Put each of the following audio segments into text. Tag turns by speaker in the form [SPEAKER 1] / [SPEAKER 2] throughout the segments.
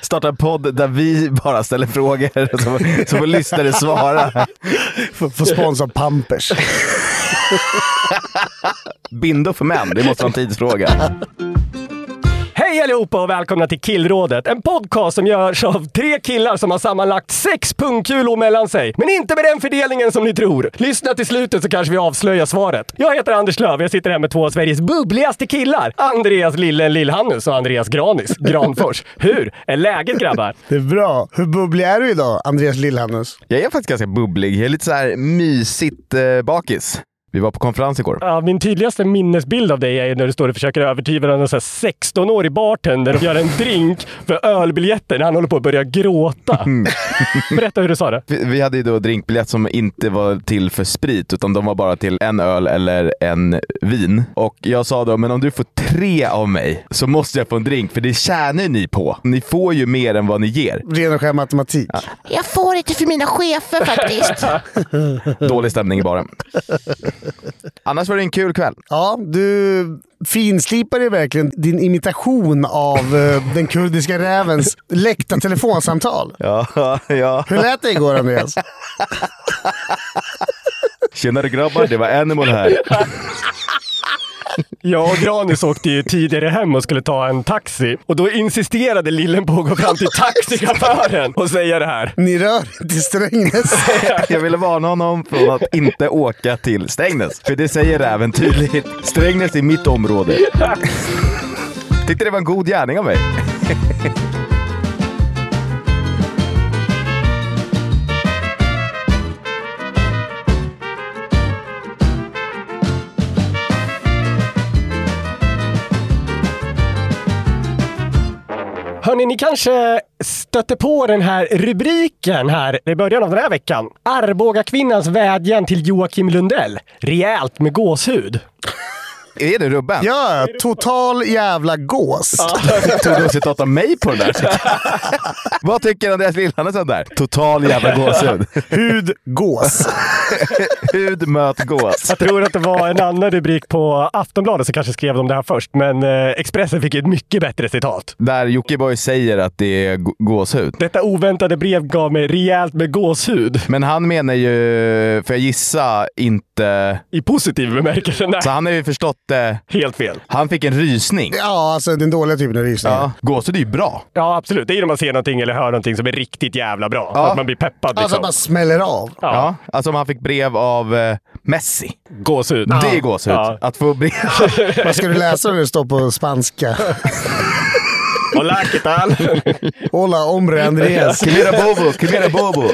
[SPEAKER 1] Starta en podd där vi bara ställer frågor så, så får lyssnare svara.
[SPEAKER 2] Får, får sponsra Pampers.
[SPEAKER 1] Bindo för män, det måste vara en tidsfråga.
[SPEAKER 3] Hej allihopa och välkomna till Killrådet, en podcast som görs av tre killar som har sammanlagt sex pungkulor mellan sig. Men inte med den fördelningen som ni tror. Lyssna till slutet så kanske vi avslöjar svaret. Jag heter Anders Löf och jag sitter här med två av Sveriges bubbligaste killar. Andreas Lillen Lillhannes och Andreas Granis Granfors. Hur är läget grabbar?
[SPEAKER 2] Det är bra. Hur bubblig är du idag, Andreas Lillhannes?
[SPEAKER 1] Jag är faktiskt ganska bubblig. Jag är lite så här mysigt eh, bakis. Vi var på konferens igår.
[SPEAKER 3] Ja, min tydligaste minnesbild av dig är när du står och försöker övertyga någon så här 16-årig bartender och göra en drink för ölbiljetter när han håller på att börja gråta. Berätta hur du sa det.
[SPEAKER 1] Vi vi hade ju då drinkbiljett som inte var till för sprit, utan de var bara till en öl eller en vin. Och jag sa då, men om du får tre av mig så måste jag få en drink, för det tjänar ju ni på. Ni får ju mer än vad ni ger.
[SPEAKER 2] Ren och skär matematik.
[SPEAKER 4] Jag får inte för mina chefer faktiskt.
[SPEAKER 1] Dålig stämning i baren. Annars var det en kul kväll.
[SPEAKER 2] Ja, du finslipar ju verkligen din imitation av eh, den kurdiska rävens läckta telefonsamtal.
[SPEAKER 1] Ja, ja.
[SPEAKER 2] Hur lät det igår, Andreas?
[SPEAKER 1] Tjenare grabbar, det var Animal här.
[SPEAKER 3] Jag och Granis åkte ju tidigare hem och skulle ta en taxi. Och då insisterade Lillen på att gå fram till taxichauffören och säga det här.
[SPEAKER 2] Ni rör inte Strängnäs.
[SPEAKER 1] Jag ville varna honom från att inte åka till Strängnäs. För det säger räven tydligt. Strängnäs är mitt område. Tyckte det var en god gärning av mig.
[SPEAKER 3] Hörni, ni kanske stötte på den här rubriken här i början av den här veckan. Arboga kvinnans vädjan till Joakim Lundell. Rejält med gåshud.
[SPEAKER 1] Är det Rubben?
[SPEAKER 2] Ja, total jävla gås.
[SPEAKER 1] Tog du citat av mig på den där? Vad tycker Andreas Lillhannes om det där? Total jävla gåshud.
[SPEAKER 2] Hud, gås.
[SPEAKER 1] Hud möt gås.
[SPEAKER 3] Jag tror att det var en annan rubrik på Aftonbladet som kanske skrev om det här först, men eh, Expressen fick ju ett mycket bättre citat.
[SPEAKER 1] Där Jockiboi säger att det är gå- gåshud.
[SPEAKER 3] Detta oväntade brev gav mig rejält med gåshud.
[SPEAKER 1] Men han menar ju, för jag gissa, inte...
[SPEAKER 3] I positiv bemärkelse. Nej,
[SPEAKER 1] Så han har ju förstått det.
[SPEAKER 3] helt fel.
[SPEAKER 1] Han fick en rysning.
[SPEAKER 2] Ja, alltså den dåliga typen av rysningar.
[SPEAKER 1] Ja. Gåshud är ju bra.
[SPEAKER 3] Ja, absolut. Det är ju när man ser någonting eller hör någonting som är riktigt jävla bra. Att man blir peppad
[SPEAKER 2] Alltså
[SPEAKER 3] liksom.
[SPEAKER 2] bara smäller av.
[SPEAKER 3] Ja.
[SPEAKER 1] Ja, alltså om han fick brev av eh, Messi.
[SPEAKER 3] Gåshud.
[SPEAKER 1] Det är gåshud.
[SPEAKER 3] Ja.
[SPEAKER 1] Att få brev.
[SPEAKER 2] Vad ska du läsa när det står på spanska?
[SPEAKER 3] Hola, ¿qué tal?
[SPEAKER 2] Hola ombre Andreas.
[SPEAKER 1] Kimera Bobo, Kimera Bobo.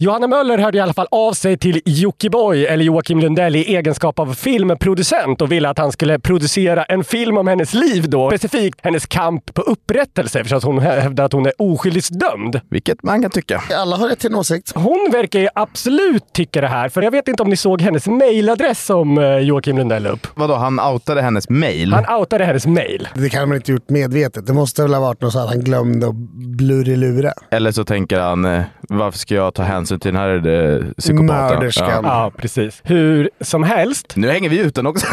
[SPEAKER 3] Johanna Möller hörde i alla fall av sig till Jockiboi, eller Joakim Lundell, i egenskap av filmproducent och ville att han skulle producera en film om hennes liv då. Specifikt hennes kamp på upprättelse eftersom att hon hävdar att hon är oskyldigt dömd.
[SPEAKER 1] Vilket man kan tycka.
[SPEAKER 2] Alla har rätt till en åsikt.
[SPEAKER 3] Hon verkar ju absolut tycka det här, för jag vet inte om ni såg hennes mejladress som eh, Joakim Lundell la upp.
[SPEAKER 1] Vadå, han outade hennes mail?
[SPEAKER 3] Han outade hennes mejl.
[SPEAKER 2] Det kan man inte gjort medvetet. Det måste väl ha varit något så att han glömde att blurrilura.
[SPEAKER 1] Eller så tänker han, eh, varför ska jag ta hänsyn till den här eh, psykopaten?
[SPEAKER 2] Mörderskan.
[SPEAKER 1] Ja.
[SPEAKER 3] Ja, precis. Hur som helst.
[SPEAKER 1] Nu hänger vi ut den också.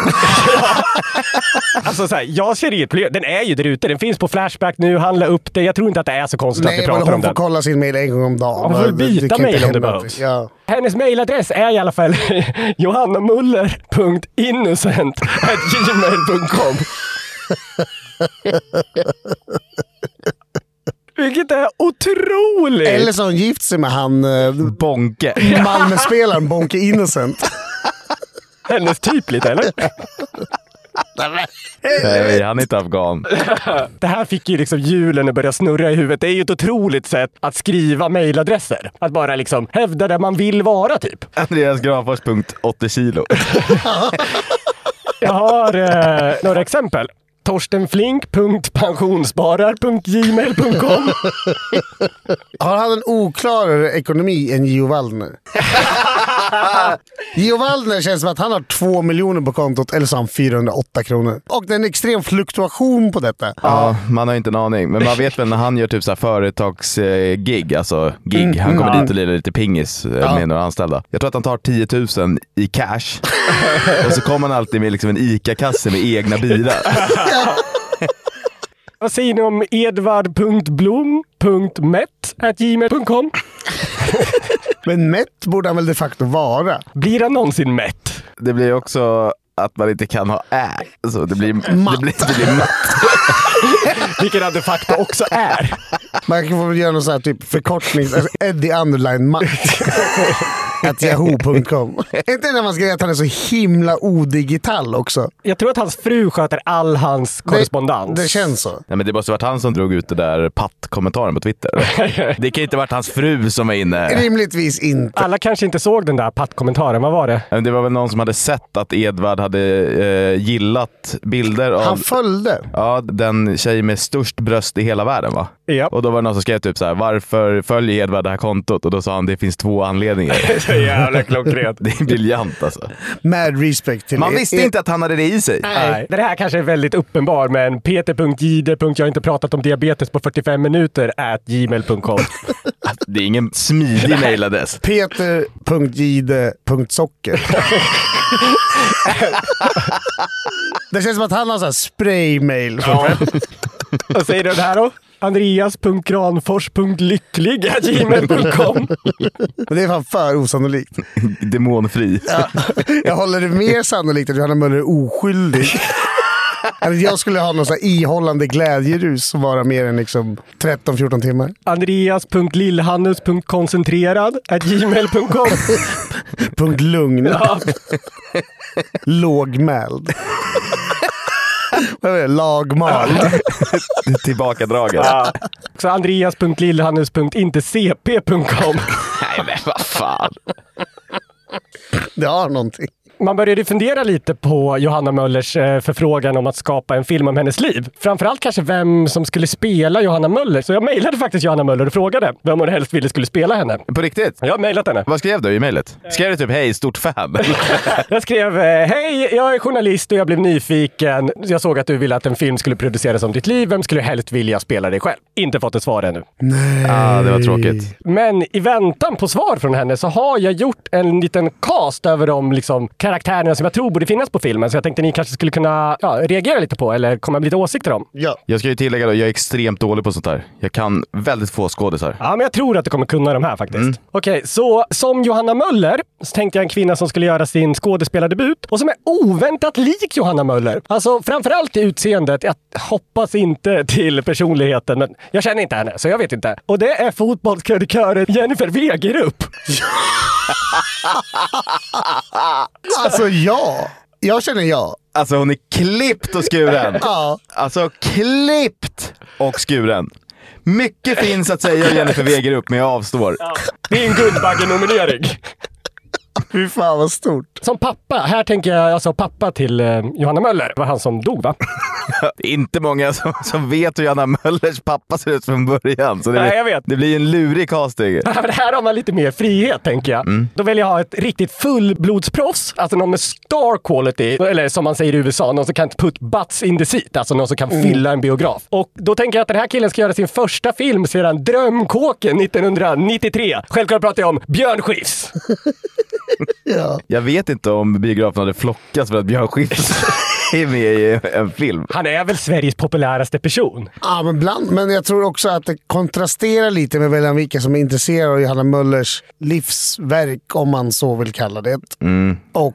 [SPEAKER 3] Alltså så här, jag ser inget problem. Den är ju där ute. Den finns på Flashback nu. Handla upp den. Jag tror inte att det är så konstigt att vi
[SPEAKER 2] Nej, men
[SPEAKER 3] pratar
[SPEAKER 2] hon
[SPEAKER 3] om
[SPEAKER 2] får
[SPEAKER 3] den.
[SPEAKER 2] kolla sin mail en gång om dagen.
[SPEAKER 3] Hon får väl
[SPEAKER 2] Det- det
[SPEAKER 3] byta
[SPEAKER 2] kan inte
[SPEAKER 3] mail om det
[SPEAKER 2] hända
[SPEAKER 3] behövs.
[SPEAKER 2] någonting. Ja.
[SPEAKER 3] Hennes mejladress är i alla fall johannamuller.innocent.gmail.com Vilket är otroligt!
[SPEAKER 2] Eller så har hon gift sig med han eh,
[SPEAKER 1] Bonke.
[SPEAKER 2] Malmöspelaren Bonke Innocent.
[SPEAKER 3] Hennes typ lite, eller?
[SPEAKER 1] Nej, han är inte afghan.
[SPEAKER 3] Det här fick ju liksom hjulen att börja snurra i huvudet. Det är ju ett otroligt sätt att skriva mejladresser. Att bara liksom hävda där man vill vara, typ.
[SPEAKER 1] Andreas Granfors punkt 80 kilo.
[SPEAKER 3] Jag har eh, några exempel. Torstenflink.pensionssparar.gmail.com
[SPEAKER 2] Har han en oklarare ekonomi än Gio Waldner? Gio Waldner känns som att han har två miljoner på kontot eller så har han 408 kronor. Och det är en extrem fluktuation på detta.
[SPEAKER 1] Ja, man har inte en aning. Men man vet väl när han gör typ så här företagsgig, alltså gig. Han kommer dit och lirar lite pingis eh, med några anställda. Jag tror att han tar 10 000 i cash. och så kommer han alltid med liksom en ICA-kasse med egna bira.
[SPEAKER 3] Vad säger ni om edvard.blom.mett.gmail.com?
[SPEAKER 2] Men mätt borde han väl de facto vara?
[SPEAKER 3] Blir han någonsin mätt?
[SPEAKER 1] Det blir också att man inte kan ha ä. Så det blir Det blir, det blir matt.
[SPEAKER 3] Vilket han de facto också är.
[SPEAKER 2] Man kan få göra någon sån här typ förkortning. Alltså Eddie Underline Matt. Att yahoo.com. Är inte det när man ska att han är så himla odigital också?
[SPEAKER 3] Jag tror att hans fru sköter all hans korrespondens.
[SPEAKER 2] Det, det känns så.
[SPEAKER 1] Nej, men det måste varit han som drog ut det där patt-kommentaren på Twitter. Det kan inte varit hans fru som var inne.
[SPEAKER 2] Rimligtvis inte.
[SPEAKER 3] Alla kanske inte såg den där pattkommentaren. Vad var det?
[SPEAKER 1] Men Det var väl någon som hade sett att Edvard hade eh, gillat bilder av
[SPEAKER 2] Han följde.
[SPEAKER 1] ja, den tjej med störst bröst i hela världen. va?
[SPEAKER 3] Ja.
[SPEAKER 1] Och då var det någon som skrev typ så här, varför följer Edvard det här kontot? Och då sa han, det finns två anledningar.
[SPEAKER 3] Så jävla klockrent.
[SPEAKER 1] Det är briljant alltså.
[SPEAKER 2] Mad respect till
[SPEAKER 1] Man
[SPEAKER 2] er. E-
[SPEAKER 1] visste inte att han hade det i sig.
[SPEAKER 3] Nej. Det här kanske är väldigt uppenbar, men peter.jihde. Jag har inte pratat om diabetes på 45 minuter. At gmail.com.
[SPEAKER 1] Det är ingen smidig mejladress.
[SPEAKER 2] Peter.gide.socker. det känns som att han har så här spraymail.
[SPEAKER 3] Vad säger du om det här då? Andreas.granfors.lycklig. At gmail.com.
[SPEAKER 2] Men det är fan för osannolikt.
[SPEAKER 1] Demonfri.
[SPEAKER 2] Jag håller det mer sannolikt att Johanna Möller är oskyldig. Än att jag skulle ha någon så här ihållande glädjerus som varar mer än liksom 13-14 timmar.
[SPEAKER 3] Andreas.lillhannes.koncentrerad. At gmail.com.
[SPEAKER 2] Punkt lugn.
[SPEAKER 3] Ja.
[SPEAKER 2] Lågmäld. Vad är det? Lagmald.
[SPEAKER 1] Tillbakadragen.
[SPEAKER 3] Så andreas.lillhannes.intecp.com.
[SPEAKER 1] Nej men vad fan.
[SPEAKER 2] Det har någonting.
[SPEAKER 3] Man började ju fundera lite på Johanna Möllers eh, förfrågan om att skapa en film om hennes liv. Framförallt kanske vem som skulle spela Johanna Möller. Så jag mejlade faktiskt Johanna Möller och frågade vem hon helst ville skulle spela henne.
[SPEAKER 1] På riktigt?
[SPEAKER 3] Jag har mejlat henne.
[SPEAKER 1] Vad skrev du i mejlet? Skrev du typ hej, stort fan?
[SPEAKER 3] Jag skrev eh, “Hej, jag är journalist och jag blev nyfiken. Jag såg att du ville att en film skulle produceras om ditt liv. Vem skulle helst vilja spela dig själv?” Inte fått ett svar ännu.
[SPEAKER 1] ah, det var tråkigt.
[SPEAKER 3] Men i väntan på svar från henne så har jag gjort en liten cast över de liksom, karaktärerna som jag tror borde finnas på filmen. Så jag tänkte ni kanske skulle kunna ja, reagera lite på eller komma med lite åsikter om.
[SPEAKER 2] Ja.
[SPEAKER 1] Jag ska ju tillägga då, jag är extremt dålig på sånt här. Jag kan väldigt få skådisar.
[SPEAKER 3] Ja, men jag tror att du kommer kunna de här faktiskt. Okej, så som Johanna Möller så tänkte jag en kvinna som skulle göra sin skådespelardebut och som är oväntat lik Johanna Möller. Alltså framförallt i utseendet. Jag hoppas inte till personligheten, men jag känner inte henne så jag vet inte. Och det är fotbollskrönikören Jennifer Wegerup.
[SPEAKER 2] Alltså ja. Jag känner ja.
[SPEAKER 1] Alltså hon är klippt och skuren.
[SPEAKER 2] Ja.
[SPEAKER 1] Alltså klippt och skuren. Mycket finns att säga om Jennifer Wegerup, men jag avstår.
[SPEAKER 3] Det är en Guldbaggenominering.
[SPEAKER 2] Fy fan vad stort.
[SPEAKER 3] Som pappa, här tänker jag alltså pappa till eh, Johanna Möller. Det var han som dog va?
[SPEAKER 1] Det är inte många som, som vet hur Johanna Möllers pappa ser ut från början. Så det,
[SPEAKER 3] Nej, jag vet.
[SPEAKER 1] det blir en lurig casting.
[SPEAKER 3] Ja, men här har man lite mer frihet, tänker jag.
[SPEAKER 2] Mm.
[SPEAKER 3] Då vill jag ha ett riktigt fullblodsproffs, alltså någon med star quality, eller som man säger i USA, någon som kan put butts in the seat, alltså någon som
[SPEAKER 2] Mm.
[SPEAKER 3] kan fylla en biograf. Och då tänker jag att den här killen ska göra sin första film sedan Drömkåken 1993. Självklart pratar jag om Björn Skifs.
[SPEAKER 2] Ja.
[SPEAKER 1] Jag vet inte om biografen hade flockats för att Björn Skifs är med i en film.
[SPEAKER 3] Han är väl Sveriges populäraste person?
[SPEAKER 2] Ja, men bland. Men jag tror också att det kontrasterar lite med William Wicke som är intresserad av Johanna Möllers livsverk, om man så vill kalla det. Mm. Och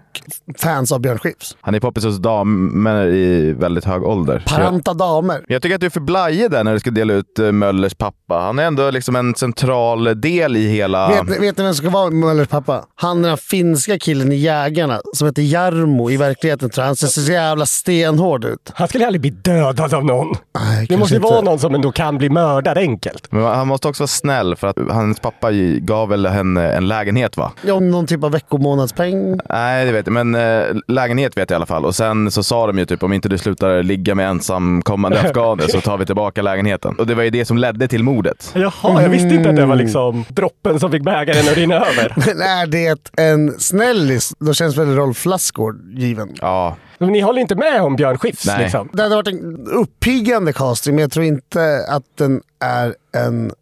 [SPEAKER 2] fans av Björn Skifs.
[SPEAKER 1] Han är poppis hos damer i väldigt hög ålder.
[SPEAKER 2] Paranta damer.
[SPEAKER 1] Jag tycker att du är för blajig där när du ska dela ut eh, Möllers pappa. Han är ändå liksom en central del i hela...
[SPEAKER 2] Vet, ni, vet ni vem som ska vara Möllers pappa? Han den här finska killen i Jägarna som heter Jarmo i verkligheten tror jag. Han ser så jävla stenhård ut.
[SPEAKER 3] Han skulle aldrig bli dödad av någon.
[SPEAKER 2] Nej,
[SPEAKER 3] Det
[SPEAKER 2] kanske
[SPEAKER 3] måste ju vara
[SPEAKER 2] inte.
[SPEAKER 3] någon som ändå kan bli mördad enkelt.
[SPEAKER 1] Men han måste också vara snäll för att hans pappa ju gav väl henne en lägenhet va?
[SPEAKER 2] Ja, om någon typ av veckomånadspeng.
[SPEAKER 1] Nej, det vet jag. Men eh, lägenhet vet jag i alla fall. Och sen så sa de ju typ om inte du slutar ligga med ensamkommande afghaner så tar vi tillbaka lägenheten. Och det var ju det som ledde till mordet.
[SPEAKER 3] Jaha, jag visste inte att det var
[SPEAKER 2] Mm.
[SPEAKER 3] liksom droppen som fick bägaren att rinna över.
[SPEAKER 2] Men är det en snällis, då känns väl Rolf Lassgård given.
[SPEAKER 1] Ja,
[SPEAKER 3] Men ni håller inte med om Björn Skifs
[SPEAKER 1] Nej.
[SPEAKER 3] liksom?
[SPEAKER 2] Det hade varit en uppiggande casting, men jag tror inte att den är en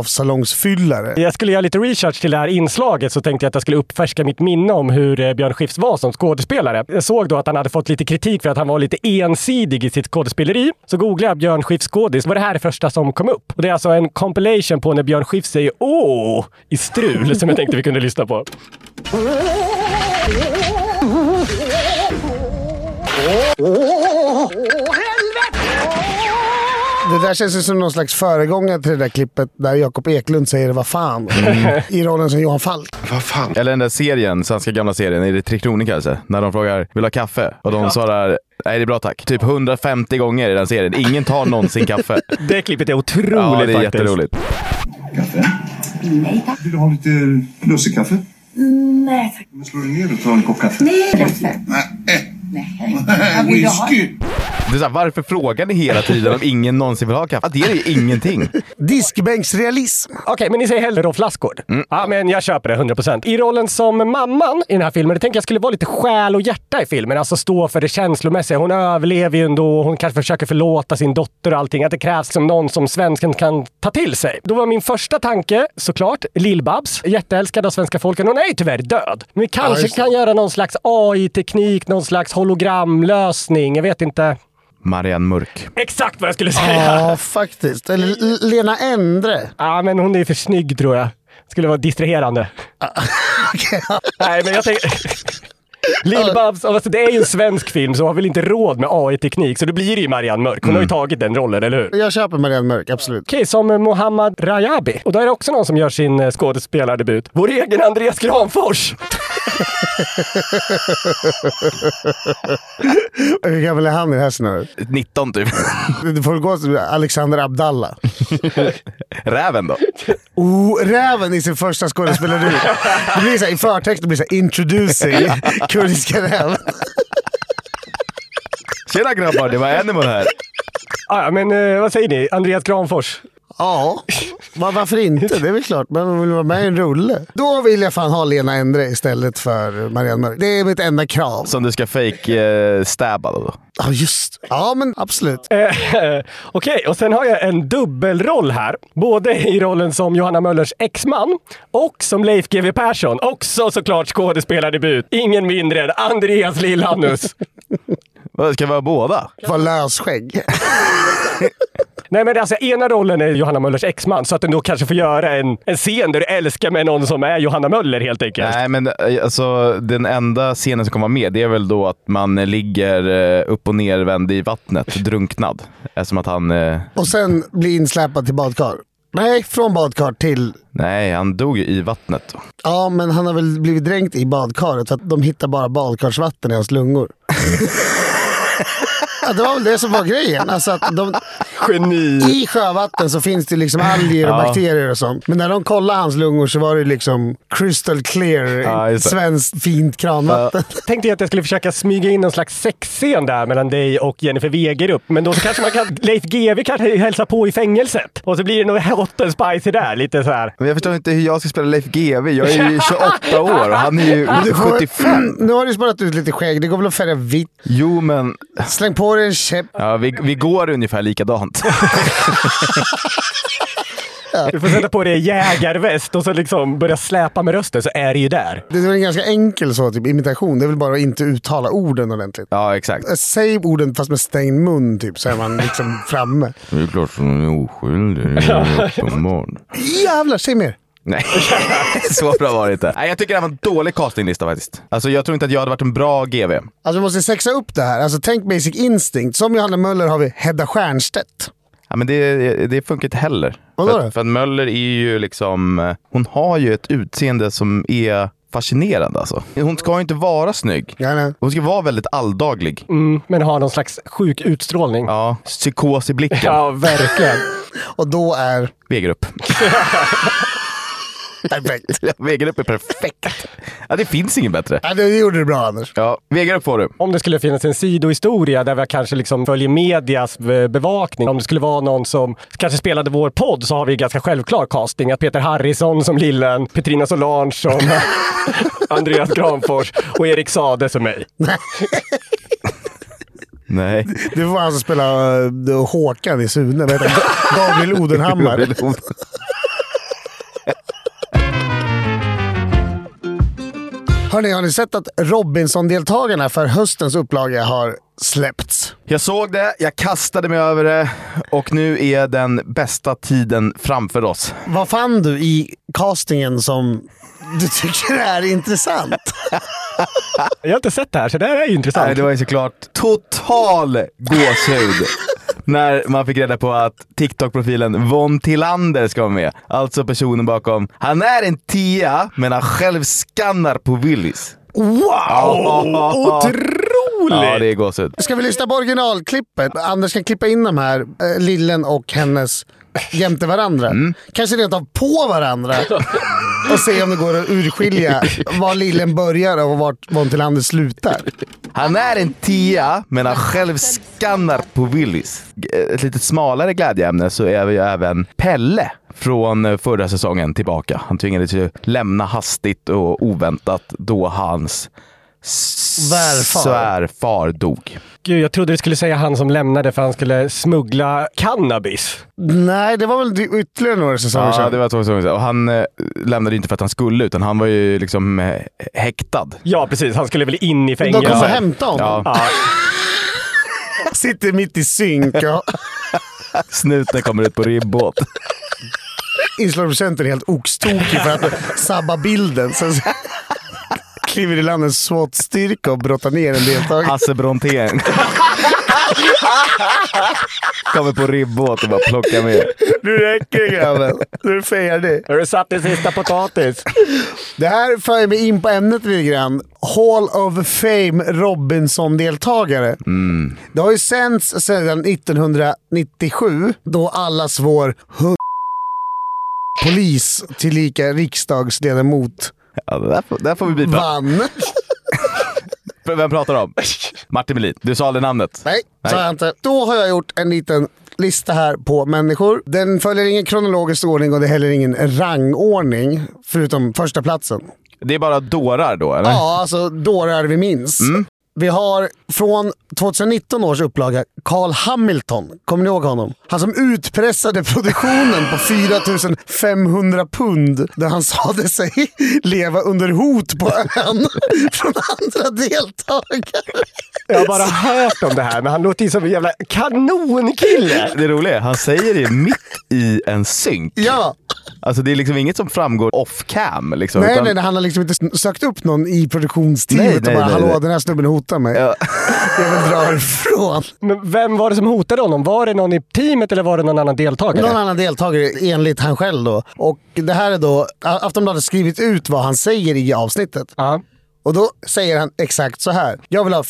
[SPEAKER 2] biografsalongsfyllare.
[SPEAKER 3] Jag skulle göra lite research till det här inslaget så tänkte jag att jag skulle uppfärska mitt minne om hur eh, Björn Skifs var som skådespelare. Jag såg då att han hade fått lite kritik för att han var lite ensidig i sitt skådespeleri. Så googlade jag Björn Skifs skådis. Var det här det första som kom upp? Och det är alltså en compilation på när Björn Skifs säger åh i strul som jag tänkte vi kunde lyssna på.
[SPEAKER 2] Det där känns ju som någon slags föregångare till det där klippet där Jakob Eklund säger vad fan i rollen som Johan Falk.
[SPEAKER 1] eller den där serien, svenska gamla serien, är det Tre Kronor kanske? När de frågar “Vill du ha kaffe?” och de svarar “Nej, det är bra tack”. Typ 150 gånger i den serien. Ingen tar någonsin kaffe.
[SPEAKER 3] Det klippet är otroligt
[SPEAKER 1] ja, det är
[SPEAKER 3] faktiskt.
[SPEAKER 1] jätteroligt.
[SPEAKER 5] Nej tack.
[SPEAKER 6] Vill du ha lite lussekaffe?
[SPEAKER 5] Nej tack.
[SPEAKER 6] Men slår du ner och tar en kopp kaffe?
[SPEAKER 5] Nej, kaffe. Nej. Vad vill du ha?
[SPEAKER 6] Whisky!
[SPEAKER 1] Det är så här, varför frågar ni hela tiden om ingen någonsin vill ha kaffe? Att det är ju ingenting.
[SPEAKER 2] Diskbänksrealism.
[SPEAKER 3] Okej, men ni säger hellre Rolf Lassgård? Ja, men jag köper det 100%. I rollen som mamman i den här filmen, det tänker jag skulle vara lite själ och hjärta i filmen. Alltså stå för det känslomässiga. Hon överlever ju ändå. Hon kanske försöker förlåta sin dotter och allting. Att det krävs som någon som svensken kan ta till sig. Då var min första tanke såklart Lill-Babs. Jätteälskad av svenska folket. Hon är ju tyvärr död. Men vi kanske
[SPEAKER 2] just det.
[SPEAKER 3] kan göra någon slags AI-teknik, någon slags hologramlösning. Jag vet inte Ah.
[SPEAKER 1] Marianne Mörk.
[SPEAKER 3] exakt vad jag skulle säga.
[SPEAKER 2] Ja, faktiskt. Eller L- Lena Endre.
[SPEAKER 3] Ja, men hon är ju för snygg tror jag. Skulle vara distraherande. Nej, men jag tänker... Lill-Babs, alltså det är ju en svensk film så har väl inte råd med AI-teknik så då blir det ju Marianne Mörk. Hon har ju tagit den rollen, eller hur?
[SPEAKER 2] Jag köper Marianne Mörk, absolut.
[SPEAKER 3] Okej, som Mohammad Rajabi. Och då är det också någon som gör sin eh, skådespelardebut. Vår egen Andreas Granfors!
[SPEAKER 2] Hur gammal är han i det här scenariot?
[SPEAKER 1] 19 typ.
[SPEAKER 2] Det får gå till Alexander Abdallah.
[SPEAKER 1] Räven då?
[SPEAKER 2] Oh, räven i sin första skådespeleri. Det blir så här, I förtexten blir det så här, introducing kurdiska räven.
[SPEAKER 1] Tjena grabbar, det var Animal här.
[SPEAKER 3] Ah, ja, men eh, vad säger ni? Andreas Granfors?
[SPEAKER 2] Ja, va- varför inte? Det är väl klart. Men vill vara med i en rulle? Då vill jag fan ha Lena Endre istället för Marianne Mörk. Det är mitt enda krav.
[SPEAKER 1] Som du ska fake-stabba då?
[SPEAKER 2] Ja, just Ja, men absolut.
[SPEAKER 3] Eh, Okej, och sen har jag en dubbelroll här. Både i rollen som Johanna Möllers exman och som Leif GW Persson. Också såklart skådespelardebut. Ingen mindre än Andreas Lillhannus.
[SPEAKER 1] Vad, Ska vi ha båda?
[SPEAKER 2] Var lösskägg.
[SPEAKER 3] Nej men alltså ena rollen är Johanna Möllers exman så att du då kanske får göra en, en scen där du älskar med någon som är Johanna Möller helt enkelt.
[SPEAKER 1] Nej, men eh, alltså, den enda scenen som kommer vara med det är väl då att man eh, ligger eh, upp och nervänd i vattnet, drunknad. Eftersom att han... eh,
[SPEAKER 2] Och sen bli insläpad till badkar. Nej, från badkar till...
[SPEAKER 1] Nej, han dog ju i vattnet. då.
[SPEAKER 2] Ja, men han har väl blivit dränkt i badkaret för att de hittar bara badkarsvatten i hans lungor. Ja, det var väl det som var grejen. Alltså att de,
[SPEAKER 3] Geni!
[SPEAKER 2] I sjövatten så finns det liksom alger och
[SPEAKER 1] Ja.
[SPEAKER 2] bakterier och sånt. Men när de kollade hans lungor så var det liksom crystal clear,
[SPEAKER 1] Ja, just det.
[SPEAKER 2] svenskt fint kranvatten.
[SPEAKER 3] Tänkte jag att jag skulle försöka smyga in någon slags sexscen där mellan dig och Jennifer Wegerup. Men då så kanske man kan... Leif GW kanske hälsar på i fängelset. Och så blir det nog hot and spicy där. Lite så här.
[SPEAKER 1] Men jag förstår inte hur jag ska spela Leif GW. Jag är ju 28 år och han är ju
[SPEAKER 2] Går- Mm, Nu har du sparat ut lite skägg. Det går väl att färga vitt.
[SPEAKER 1] Jo, men...
[SPEAKER 2] Släng på dig en käpp.
[SPEAKER 1] Ja, vi, vi går ungefär likadant.
[SPEAKER 3] Du får sätta på dig jägarväst och så liksom börja släpa med rösten så är det ju där.
[SPEAKER 2] Det är en ganska enkel så, typ, imitation. Det är väl bara att inte uttala orden ordentligt.
[SPEAKER 1] Ja, exakt.
[SPEAKER 2] Säg orden fast med stängd mun, typ, så är man liksom framme.
[SPEAKER 1] Det är klart som är oskyldig. Det är uppenbart.
[SPEAKER 2] Jävlar, säg mer!
[SPEAKER 1] Nej, så bra var det inte. Nej, jag tycker det här var en dålig castinglista faktiskt. Alltså, jag tror inte att jag hade varit en bra GV.
[SPEAKER 2] Alltså, vi måste sexa upp det här. Alltså, tänk Basic Instinct. Som Johanna Möller har vi Hedda Stiernstedt.
[SPEAKER 1] Ja, men det, det funkar inte heller.
[SPEAKER 2] Vadå
[SPEAKER 1] för,
[SPEAKER 2] då?
[SPEAKER 1] att- för att Möller är ju liksom... eh, Hon har ju ett utseende som är fascinerande alltså. Hon ska ju inte vara snygg.
[SPEAKER 2] Ja, nej.
[SPEAKER 1] Hon ska vara väldigt alldaglig.
[SPEAKER 3] Mm, men har någon slags sjuk utstrålning.
[SPEAKER 1] Ja, psykos i blicken.
[SPEAKER 3] Ja, verkligen.
[SPEAKER 2] Och då är...
[SPEAKER 1] V-grupp.
[SPEAKER 2] Perfekt.
[SPEAKER 1] V-grupp är perfekt. Ja, det finns ingen bättre.
[SPEAKER 2] Ja, det gjorde du bra, Anders.
[SPEAKER 1] Ja, V-grupp får du.
[SPEAKER 3] Om det skulle finnas en sidohistoria där vi kanske liksom följer medias eh, bevakning. Om det skulle vara någon som kanske spelade vår podd så har vi ganska självklar casting. Att Peter Harrison som Lillen, Petrina Solange som Andreas Granfors och Erik Sade som mig.
[SPEAKER 1] Nej.
[SPEAKER 2] Det var han som spelade alltså eh, Håkan i Sune. Vad heter han? Gabriel Odenhammar. Hörni, har ni sett att Robinson-deltagarna för höstens upplaga har släppts?
[SPEAKER 1] Jag såg det, jag kastade mig över det och nu är den bästa tiden framför oss.
[SPEAKER 2] Vad fann du i castingen som du tycker är intressant?
[SPEAKER 3] Jag har inte sett det här, så det här är ju intressant.
[SPEAKER 1] Nej, det var ju såklart total gåshud när man fick reda på att TikTok-profilen Von Tillander ska vara med. Alltså personen bakom. Han är en tia, men han själv skannar på Willys.
[SPEAKER 3] Wow! Otroligt!
[SPEAKER 1] Ja, det är gåshud.
[SPEAKER 2] Ska vi lyssna på originalklippet? Anders kan klippa in de här, eh, Lillen och hennes, jämte varandra.
[SPEAKER 1] Mm.
[SPEAKER 2] Kanske rent av på varandra. Och se om det går att urskilja var Lillen börjar och vart Von Tillander slutar.
[SPEAKER 1] Han är en tia, men han själv skannar på Willys. Ett lite smalare glädjeämne så är ju även Pelle från eh, förra säsongen tillbaka. Han tvingades ju lämna hastigt och oväntat då hans
[SPEAKER 2] Svärfar.
[SPEAKER 1] svärfar dog.
[SPEAKER 3] Gud, jag trodde du skulle säga han som lämnade för han skulle smuggla cannabis.
[SPEAKER 2] Nej, det var väl dy- ytterligare några säsonger
[SPEAKER 1] Ja,
[SPEAKER 2] sedan.
[SPEAKER 1] det var två säsonger sedan. Och han eh, lämnade ju inte för att han skulle, utan han var ju liksom eh, häktad.
[SPEAKER 3] Ja, precis. Han skulle väl in i
[SPEAKER 2] De
[SPEAKER 3] fängelse.
[SPEAKER 2] kom och hämtade honom.
[SPEAKER 1] Ja,
[SPEAKER 2] Sitter mitt i synk. och
[SPEAKER 1] snuten kommer ut på ribbåt.
[SPEAKER 2] Inslagsprocenten är helt oxtokig för att sabba bilden. Sen så kliver i land en SWAT-styrka och brottar ner en deltagare.
[SPEAKER 1] Hasse Brontén. kommer på ribbåt och bara plockar med.
[SPEAKER 2] Nu räcker det grabben. Nu är det färdig.
[SPEAKER 3] Har du satt din sista potatis?
[SPEAKER 2] Det här för mig in på ämnet lite grann. Hall of Fame Robinson-deltagare. Det har ju sänts sedan 1997 då allas vår hund... polis tillika riksdagsledamot
[SPEAKER 1] Ja, det där, får, där får vi bipa.
[SPEAKER 2] vann.
[SPEAKER 1] Vem pratar du om? Martin Melin. Du sa aldrig namnet.
[SPEAKER 2] Nej, sa jag inte. Då har jag gjort en liten lista här på människor. Den följer ingen kronologisk ordning och det är heller ingen rangordning, förutom första platsen.
[SPEAKER 1] Det är bara dårar då, eller?
[SPEAKER 2] Ja, alltså dårar vi minns.
[SPEAKER 1] Mm.
[SPEAKER 2] Vi har från 2019 års upplaga Carl Hamilton. Kommer ni ihåg honom? Han som utpressade produktionen på 4500 pund där han sade sig leva under hot på ön från andra deltagare.
[SPEAKER 3] Jag har bara hört om det här, men han låter ju som en jävla kanonkille.
[SPEAKER 1] Det roliga är, han säger det mitt i en synk.
[SPEAKER 2] Ja,
[SPEAKER 1] Alltså det är liksom inget som framgår off cam. Liksom,
[SPEAKER 2] nej,
[SPEAKER 1] utan-
[SPEAKER 2] nej, nej, han har liksom inte sökt upp någon i produktionsteamet
[SPEAKER 1] Nej,
[SPEAKER 2] och
[SPEAKER 1] nej,
[SPEAKER 2] bara
[SPEAKER 1] nej,
[SPEAKER 2] “Hallå,
[SPEAKER 1] nej.
[SPEAKER 2] den här snubben hotar mig.
[SPEAKER 1] Ja.
[SPEAKER 2] Jag vill dra härifrån”.
[SPEAKER 3] Men vem var det som hotade honom? Var det någon i teamet eller var det någon annan deltagare?
[SPEAKER 2] Någon annan deltagare enligt han själv då. Och det här är då, Aftonbladet har skrivit ut vad han säger i avsnittet.
[SPEAKER 3] Ja.
[SPEAKER 2] Och då säger han exakt så här. Jag vill ha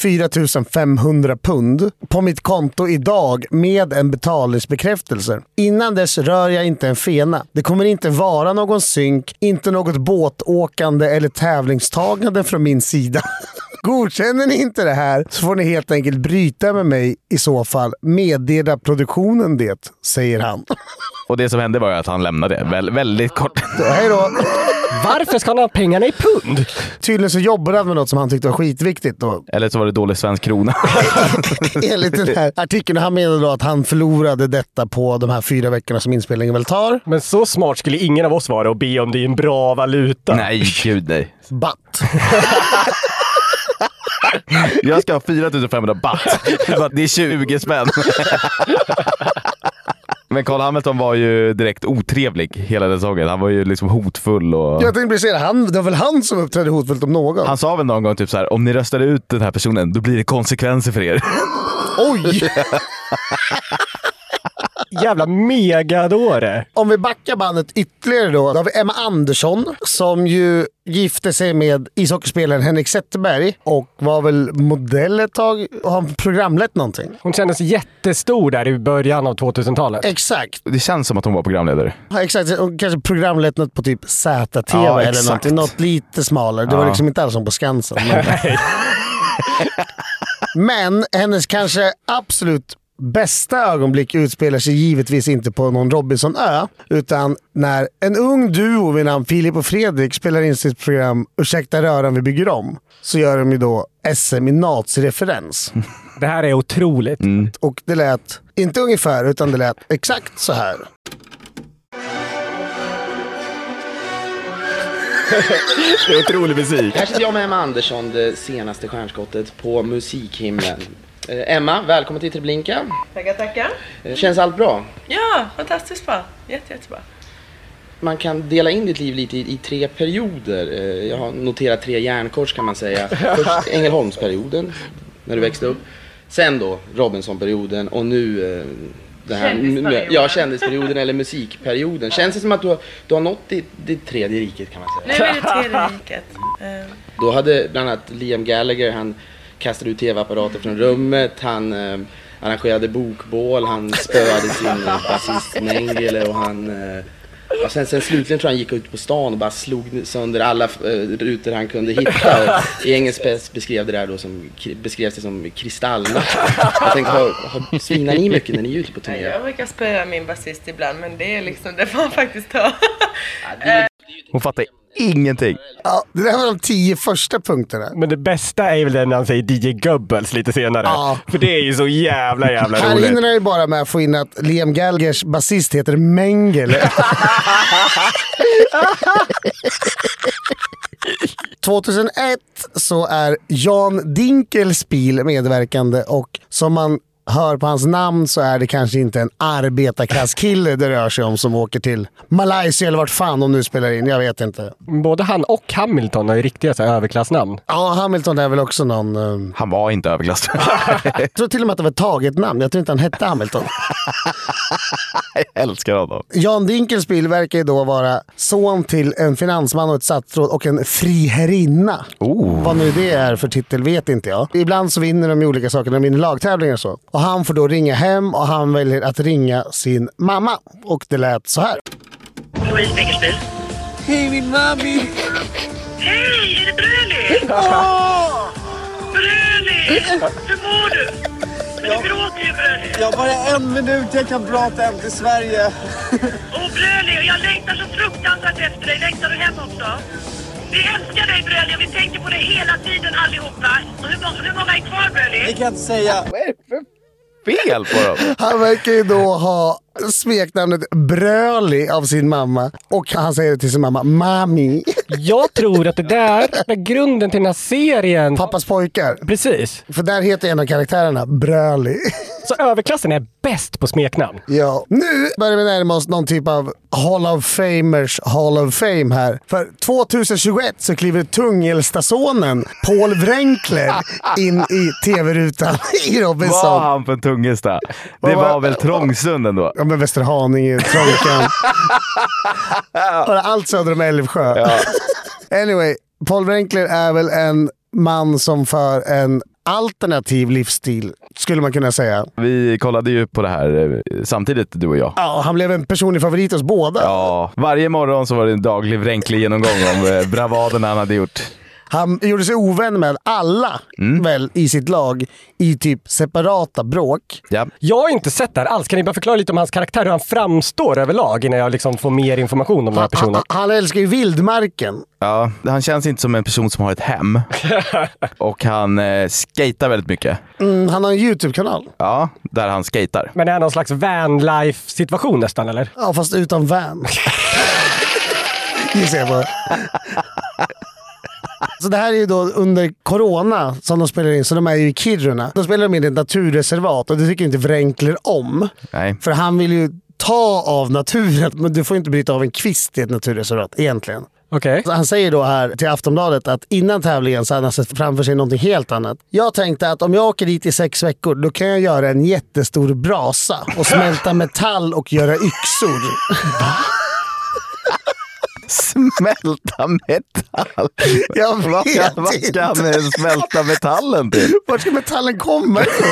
[SPEAKER 2] 4500 pund på mitt konto idag med en betalningsbekräftelse. Innan dess rör jag inte en fena. Det kommer inte vara någon synk, inte något båtåkande eller tävlingstagande från min sida. Godkänner ni inte det här så får ni helt enkelt bryta med mig i så fall. Meddela produktionen det, säger han.
[SPEAKER 1] Och det som hände var ju att han lämnade. Väl, väldigt kort.
[SPEAKER 2] Hej då!
[SPEAKER 3] Varför ska han ha pengarna i pund?
[SPEAKER 2] Tydligen så jobbade han med något som han tyckte var skitviktigt då.
[SPEAKER 1] Eller så var det dålig svensk krona.
[SPEAKER 2] Enligt den här artikeln. Han menade då att han förlorade detta på de här fyra veckorna som inspelningen väl tar.
[SPEAKER 3] Men så smart skulle ingen av oss vara och be om det i en bra valuta.
[SPEAKER 1] nej, gud nej.
[SPEAKER 2] But.
[SPEAKER 1] Jag ska ha 4500 baht. Det är 20 spänn. Men Carl Hamilton var ju direkt otrevlig hela den säsongen. Han var ju liksom hotfull och...
[SPEAKER 2] Jag tänkte precis säga det. Han, det var väl han som uppträdde hotfullt om någon?
[SPEAKER 1] Han sa väl någon gång typ så här: om ni röstar ut den här personen, då blir det konsekvenser för er.
[SPEAKER 2] Oj!
[SPEAKER 3] Jävla megadåre.
[SPEAKER 2] Om vi backar bandet ytterligare då. Då har vi Emma Andersson som ju gifte sig med ishockeyspelaren Henrik Zetterberg och var väl modell ett tag. Har han programlett någonting?
[SPEAKER 3] Hon kändes jättestor där i början av 2000-talet.
[SPEAKER 2] Eh. Exakt.
[SPEAKER 1] Det känns som att hon var programledare.
[SPEAKER 2] Ja, exakt. Och Kanske programlett något på typ ZTV
[SPEAKER 1] Ja,
[SPEAKER 2] eller
[SPEAKER 1] exakt.
[SPEAKER 2] någonting. Något lite smalare. Det var liksom inte alls som på Skansen. Men... men hennes kanske absolut bästa ögonblick utspelar sig givetvis inte på någon Robinsonö, utan när en ung duo vid namn Filip och Fredrik spelar in sitt program Ursäkta röran vi bygger om, så gör de ju då SM i nazireferens.
[SPEAKER 3] Det här är otroligt.
[SPEAKER 2] Och det lät, inte ungefär, utan det lät exakt så här.
[SPEAKER 3] Det är otrolig musik.
[SPEAKER 7] Här sitter jag med Emma Andersson, det senaste stjärnskottet på musikhimlen. Eh, Emma, välkommen till Treblinka.
[SPEAKER 8] Tackar, tackar.
[SPEAKER 7] Eh, Känns allt bra?
[SPEAKER 8] Ja, fantastiskt bra. Jätte, jättebra.
[SPEAKER 7] Man kan dela in ditt liv lite i, i tre perioder. Eh, Jag har noterat tre järnkors kan man säga. Först Ängelholmsperioden, när du växte upp. Sen då Robinsonperioden och nu eh, den här,
[SPEAKER 8] Kändisperioden.
[SPEAKER 7] ja, kändisperioden eller musikperioden. Känns det som att du har, du har nått ditt, ditt tredje riket kan man säga?
[SPEAKER 8] Nu är det tredje riket. Eh,
[SPEAKER 7] Då hade bland annat Liam Gallagher, han kastade ut tv-apparater från rummet, han eh, arrangerade bokbål, han spöade sin basist Mengele och han... Eh, och sen, sen slutligen tror jag han gick ut på stan och bara slog sönder alla eh, rutor han kunde hitta. Och I engelsk press beskrev det där då som, beskrevs det som kristallnatt. Jag tänkte, har, har, svinar ni mycket när ni är ute på turné?
[SPEAKER 8] Jag brukar spöa min basist ibland, men det är liksom, det får man faktiskt ta.
[SPEAKER 1] Hon fattar ingenting.
[SPEAKER 2] Ja, det där var de tio första punkterna.
[SPEAKER 3] Men det bästa är väl den när han säger DJ Goebbels lite senare.
[SPEAKER 2] Ja.
[SPEAKER 3] För det är ju så jävla jävla
[SPEAKER 2] Här
[SPEAKER 3] roligt.
[SPEAKER 2] hinner jag ju bara med att få in att Liam Gallagers basist heter Mengele. 2001 så är Jan Dinkelspiel medverkande och som man hör på hans namn så är det kanske inte en arbetarklasskille det rör sig om som åker till Malaysia eller vart fan de nu spelar in. Jag vet inte.
[SPEAKER 3] Både han och Hamilton har ju riktiga så här, överklassnamn.
[SPEAKER 2] Ja, Hamilton är väl också någon... eh,
[SPEAKER 1] Han var inte överklass.
[SPEAKER 2] Jag tror till och med att det var ett taget namn. Jag tror inte han hette Hamilton.
[SPEAKER 1] Jag älskar honom.
[SPEAKER 2] Jan Dinkelspiel verkar ju då vara son till en finansman och ett statsråd och en friherrinna. Vad nu det är för titel vet inte jag. Ibland så vinner de ju olika saker, de vinner lagtävlingar och så. Och han får då ringa hem och han väljer att ringa sin mamma. Och det lät så här.
[SPEAKER 6] Hej min mami!
[SPEAKER 8] Hej, är det Bröli? Bröli! Hur mår du? Men du gråter ju Bröli.
[SPEAKER 6] Jag har bara en minut, jag kan prata hem till Sverige.
[SPEAKER 8] Åh Bröli, jag längtar så fruktansvärt efter dig. Längtar du hem också? Vi älskar dig Bröli och vi tänker på dig hela tiden allihopa. Och hur, må- hur många är kvar Bröli?
[SPEAKER 6] Jag kan inte säga.
[SPEAKER 1] Fel på dem.
[SPEAKER 2] Han verkar ju då ha smeknamnet Bröli av sin mamma. Och han säger det till sin mamma, Mami.
[SPEAKER 3] Jag tror att det där är grunden till den här serien.
[SPEAKER 2] Pappas pojkar.
[SPEAKER 3] Precis.
[SPEAKER 2] För där heter en av karaktärerna Bröli.
[SPEAKER 3] Så överklassen är bäst på smeknamn.
[SPEAKER 2] Ja. Nu börjar vi närma oss någon typ av Hall of Famers Hall of Fame här. För 2021 så kliver Tungelstasonen Paul Wrenkler in i tv-rutan i
[SPEAKER 1] Var
[SPEAKER 2] Robinson.
[SPEAKER 1] han från Tungesta? Det
[SPEAKER 2] Vad var-
[SPEAKER 1] var väl Trångsund ändå?
[SPEAKER 2] Ja men Västerhaninge, Trånkan. Bara allt söder om Älvsjö. anyway, Paul Wrenkler är väl en man som för en alternativ livsstil, skulle man kunna säga.
[SPEAKER 1] Vi kollade ju på det här eh, samtidigt, du och jag.
[SPEAKER 2] Ja, han blev en personlig favorit hos båda.
[SPEAKER 1] Ja, varje morgon så var det en daglig vränklig genomgång om eh, bravaderna han hade gjort.
[SPEAKER 2] Han gjorde sig ovän med alla väl i sitt lag i typ separata bråk.
[SPEAKER 1] Ja.
[SPEAKER 3] Jag har inte sett det här alls. Kan ni bara förklara lite om hans karaktär, hur han framstår överlag innan jag liksom får mer information om den här personen?
[SPEAKER 2] Han, han älskar ju vildmarken.
[SPEAKER 1] Ja, han känns inte som en person som har ett hem. Och han eh, skater väldigt mycket.
[SPEAKER 2] Mm, han har en YouTube-kanal.
[SPEAKER 1] Ja, där han skater.
[SPEAKER 3] Men är han någon slags vanlife situation nästan eller?
[SPEAKER 2] Ja, fast utan van. Gissar jag på. Så det här är ju då under corona som de spelar in, så de är ju i Kiruna. Då spelar de in i ett naturreservat och det tycker inte Wrenkler om.
[SPEAKER 1] Nej.
[SPEAKER 2] För han vill ju ta av naturen, men du får inte bryta av en kvist i ett naturreservat egentligen.
[SPEAKER 3] Okej.
[SPEAKER 2] Så han säger då här till Aftonbladet att innan tävlingen så hade han sett framför sig någonting helt annat. Jag tänkte att om jag åker dit i sex veckor då kan jag göra en jättestor brasa och smälta metall och göra yxor.
[SPEAKER 1] Smälta metall.
[SPEAKER 2] Jag
[SPEAKER 1] Vad ska,
[SPEAKER 2] vet
[SPEAKER 1] vad ska
[SPEAKER 2] inte.
[SPEAKER 1] han eh, smälta metallen typ. till?
[SPEAKER 2] Vart ska metallen komma ifrån?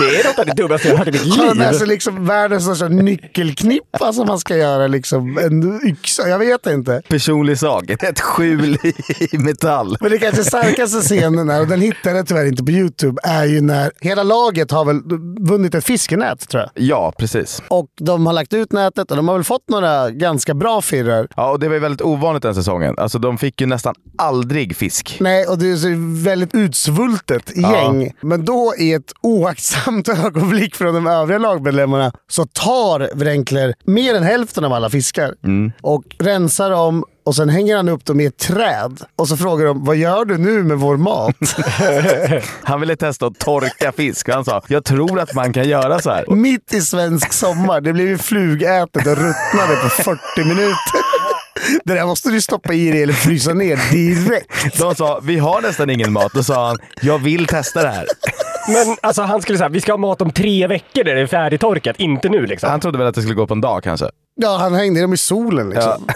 [SPEAKER 3] Det är något av det dummaste jag har hört i mitt
[SPEAKER 2] Han har med
[SPEAKER 3] liv.
[SPEAKER 2] sig liksom världens största nyckelknippa som han ska göra liksom en yxa. Jag vet inte.
[SPEAKER 1] Personlig sak. Ett skjul i metall.
[SPEAKER 2] Men det kanske starkaste scenen är, och den hittade jag tyvärr inte på YouTube, är ju när hela laget har väl vunnit ett fiskenät tror jag.
[SPEAKER 1] Ja, precis.
[SPEAKER 2] Och de har lagt ut nätet och de har väl fått några ganska bra firrar.
[SPEAKER 1] Ja, och det var ju väldigt ovanligt den säsongen. Alltså, de fick ju nästan aldrig fisk.
[SPEAKER 2] Nej, och det är så väldigt utsvultet gäng. Men då i ett oaktsamt ögonblick från de övriga lagmedlemmarna så tar Wrenkler mer än hälften av alla fiskar och rensar dem och sen hänger han upp dem i ett träd. Och så frågar de “Vad gör du nu med vår mat?”
[SPEAKER 1] Han ville testa att torka fisk och han sa “Jag tror att man kan göra så här”.
[SPEAKER 2] Mitt i svensk sommar. Det blev ju flugätet och ruttnade på 40 minuter. Det där måste du stoppa i dig eller frysa ner direkt.
[SPEAKER 1] De sa “Vi har nästan ingen mat” och sa han “Jag vill testa det här”.
[SPEAKER 3] Men alltså han skulle säga vi ska ha mat om tre veckor när det är färdigtorkat, inte nu liksom.
[SPEAKER 1] Han trodde väl att det skulle gå på en dag kanske.
[SPEAKER 2] Ja, han hängde i dem i solen liksom.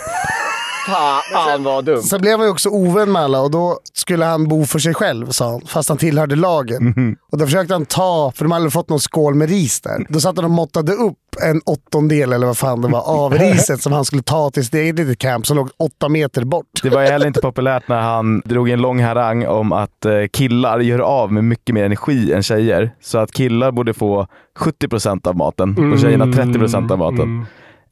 [SPEAKER 3] Fan vad dumt.
[SPEAKER 2] Sen blev han ju också ovän med alla och då skulle han bo för sig själv, sa han. Fast han tillhörde laget.
[SPEAKER 3] Mhm.
[SPEAKER 2] Och då försökte han ta, för de hade fått någon skål med ris där. Då satt han och måttade upp en åttondel, eller vad fan det var, av riset som han skulle ta till sitt eget litet camp som låg åtta meter bort.
[SPEAKER 1] Det var ju heller inte populärt när han drog en lång harang om att eh, killar gör av med mycket mer energi än tjejer. Så att killar borde få 70% av maten och tjejerna 30% av maten.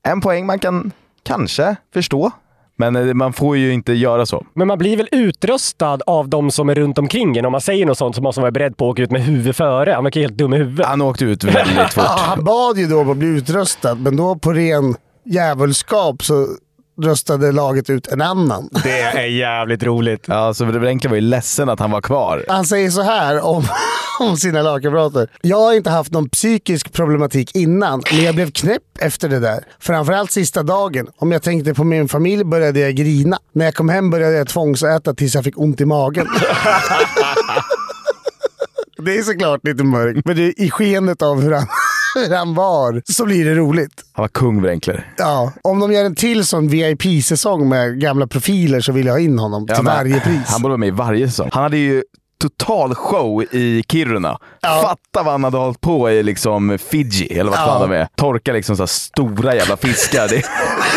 [SPEAKER 1] En poäng man kan kanske förstå, men eh, man får ju inte göra så.
[SPEAKER 3] Men man blir väl utröstad av de som är runt omkring en. Om man säger något sånt så måste man vara beredd på att åka ut med huvudet före. Han verkar helt dum i huvudet.
[SPEAKER 1] Han åkte ut väldigt fort.
[SPEAKER 2] Ja, han bad ju då om att bli utröstad, men då på ren djävulskap så röstade laget ut en annan.
[SPEAKER 3] Det är jävligt roligt.
[SPEAKER 1] Ja, så Wrenke var ju ledsen att han var kvar.
[SPEAKER 2] Han säger så här om, om sina lagkamrater. Jag har inte haft någon psykisk problematik innan, men jag blev knäpp efter det där. Framförallt sista dagen. Om jag tänkte på min familj började jag grina. När jag kom hem började jag tvångsäta tills jag fick ont i magen. Det är såklart lite mörkt, men det är i skenet av hur han, hur han var så blir det roligt.
[SPEAKER 1] Han var kung Wrenkler.
[SPEAKER 2] Ja, om de gör en till sån VIP-säsong med gamla profiler så vill jag ha in honom till varje pris.
[SPEAKER 1] Han borde vara med i varje säsong. Han hade ju total show i Kiruna. Fatta vad han hade hållit på i liksom Fiji, eller vad fan de är. Torka liksom så här stora jävla fiskar. Det,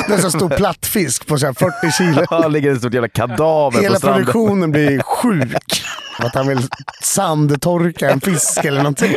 [SPEAKER 2] Det är så stor plattfisk på så här 40 kilo.
[SPEAKER 1] han ligger ett stort jävla kadaver på
[SPEAKER 2] Hela
[SPEAKER 1] stranden.
[SPEAKER 2] produktionen blir sjuk. Att han vill sandtorka en fisk eller någonting.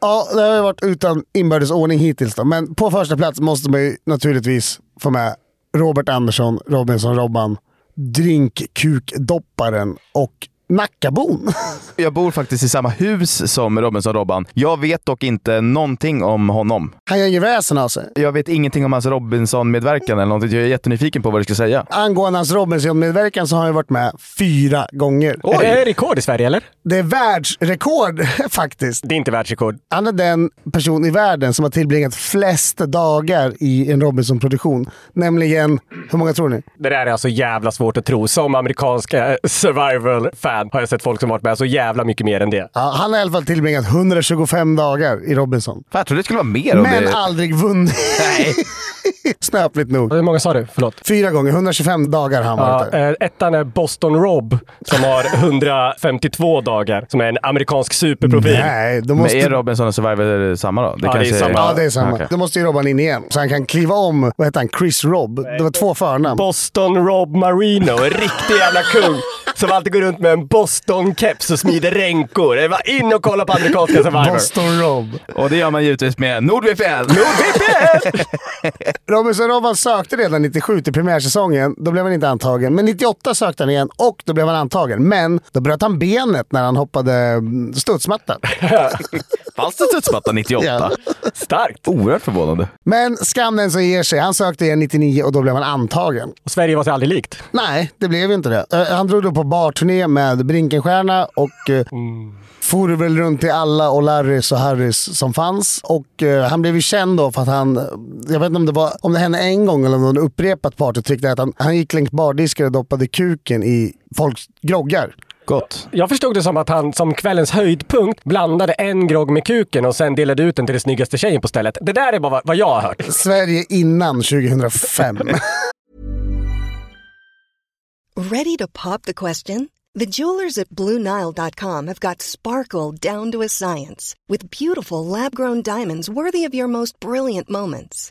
[SPEAKER 2] Ja, det har ju varit utan inbördes ordning hittills då. Men på första plats måste man ju naturligtvis få med Robert Andersson, Robinson Robban, Drinkkukdopparen och Nackabon.
[SPEAKER 1] Jag bor faktiskt i samma hus som Robinson Robban. Jag vet dock inte någonting om honom.
[SPEAKER 2] Han gör ju väsen av sig.
[SPEAKER 1] Jag vet ingenting om hans Robinson-medverkan eller någonting. Jag är jättenyfiken på vad du ska säga.
[SPEAKER 2] Angående hans Robinson-medverkan så har han ju varit med fyra gånger.
[SPEAKER 3] Är det rekord i Sverige eller?
[SPEAKER 2] Det är världsrekord faktiskt.
[SPEAKER 3] Det är inte världsrekord.
[SPEAKER 2] Han är den person i världen som har tillbringat flest dagar i en Robinson-produktion. Nämligen, hur många tror ni?
[SPEAKER 3] Det där är alltså jävla svårt att tro. Som amerikanska survival-fan Fan har jag sett folk som varit med så jävla mycket mer än det.
[SPEAKER 2] Ja, han har i alla fall tillbringat 125 dagar i Robinson.
[SPEAKER 9] Fan, jag trodde det skulle vara mer om
[SPEAKER 2] Men
[SPEAKER 9] det.
[SPEAKER 2] aldrig vunnit.
[SPEAKER 9] Nej.
[SPEAKER 2] Snöpligt nog.
[SPEAKER 3] Hur många sa du? Förlåt.
[SPEAKER 2] Fyra gånger, 125 dagar har han varit
[SPEAKER 3] Ja,
[SPEAKER 2] där.
[SPEAKER 3] eh, ettan är Boston Rob som har 152 dagar, som är en amerikansk superprofil.
[SPEAKER 2] Nej, då
[SPEAKER 9] Men
[SPEAKER 2] måste...
[SPEAKER 9] är Robinson och Survivor samma då? Det
[SPEAKER 3] Ja, det är samma.
[SPEAKER 2] Ja, det är samma.
[SPEAKER 9] Okej.
[SPEAKER 2] Då måste ju Robban in igen. Så han kan kliva om, vad heter han, Chris Robb. Det var två förnamn.
[SPEAKER 3] Boston Rob Marino, en riktig jävla kung som alltid går runt med en Boston-keps och smider ränkor. Det var in och kolla på amerikanska Survivor.
[SPEAKER 2] Boston Rob.
[SPEAKER 9] Och det gör man givetvis med NordVPN!
[SPEAKER 2] Robinson Robban sökte redan 97 till premiärsäsongen. Då blev han inte antagen. Men 98 sökte han igen och då blev han antagen. Men då bröt han benet när han hoppade mm, studsmatta.
[SPEAKER 9] Fanns det studsmatta 98?
[SPEAKER 2] Ja.
[SPEAKER 3] Starkt!
[SPEAKER 9] Oerhört förvånande.
[SPEAKER 2] Men skam den som ger sig. Han sökte igen 99 och då blev han antagen.
[SPEAKER 3] Och Sverige var sig aldrig likt.
[SPEAKER 2] Nej, det blev ju inte det. Eh, Han drog då på barturné med Brinkenstierna och eh, for väl runt till alla och Larrys och Harrys som fanns. Och eh, han blev ju känd då för att han, jag vet inte om det, var, om det hände en gång eller om det var en upprepat party, tyckte att han, han gick längs bardisken och doppade kuken i folks groggar.
[SPEAKER 9] Gott.
[SPEAKER 3] Jag förstod det som att han som kvällens höjdpunkt blandade en grogg med kuken och sen delade ut den till den snyggaste tjejen på stället. Det där är bara vad- vad jag har hört.
[SPEAKER 2] Sverige innan 2005.
[SPEAKER 10] Ready to pop the question? The jewelers at BlueNile.com have got sparkle down to a science with beautiful lab grown diamonds worthy of your most brilliant moments.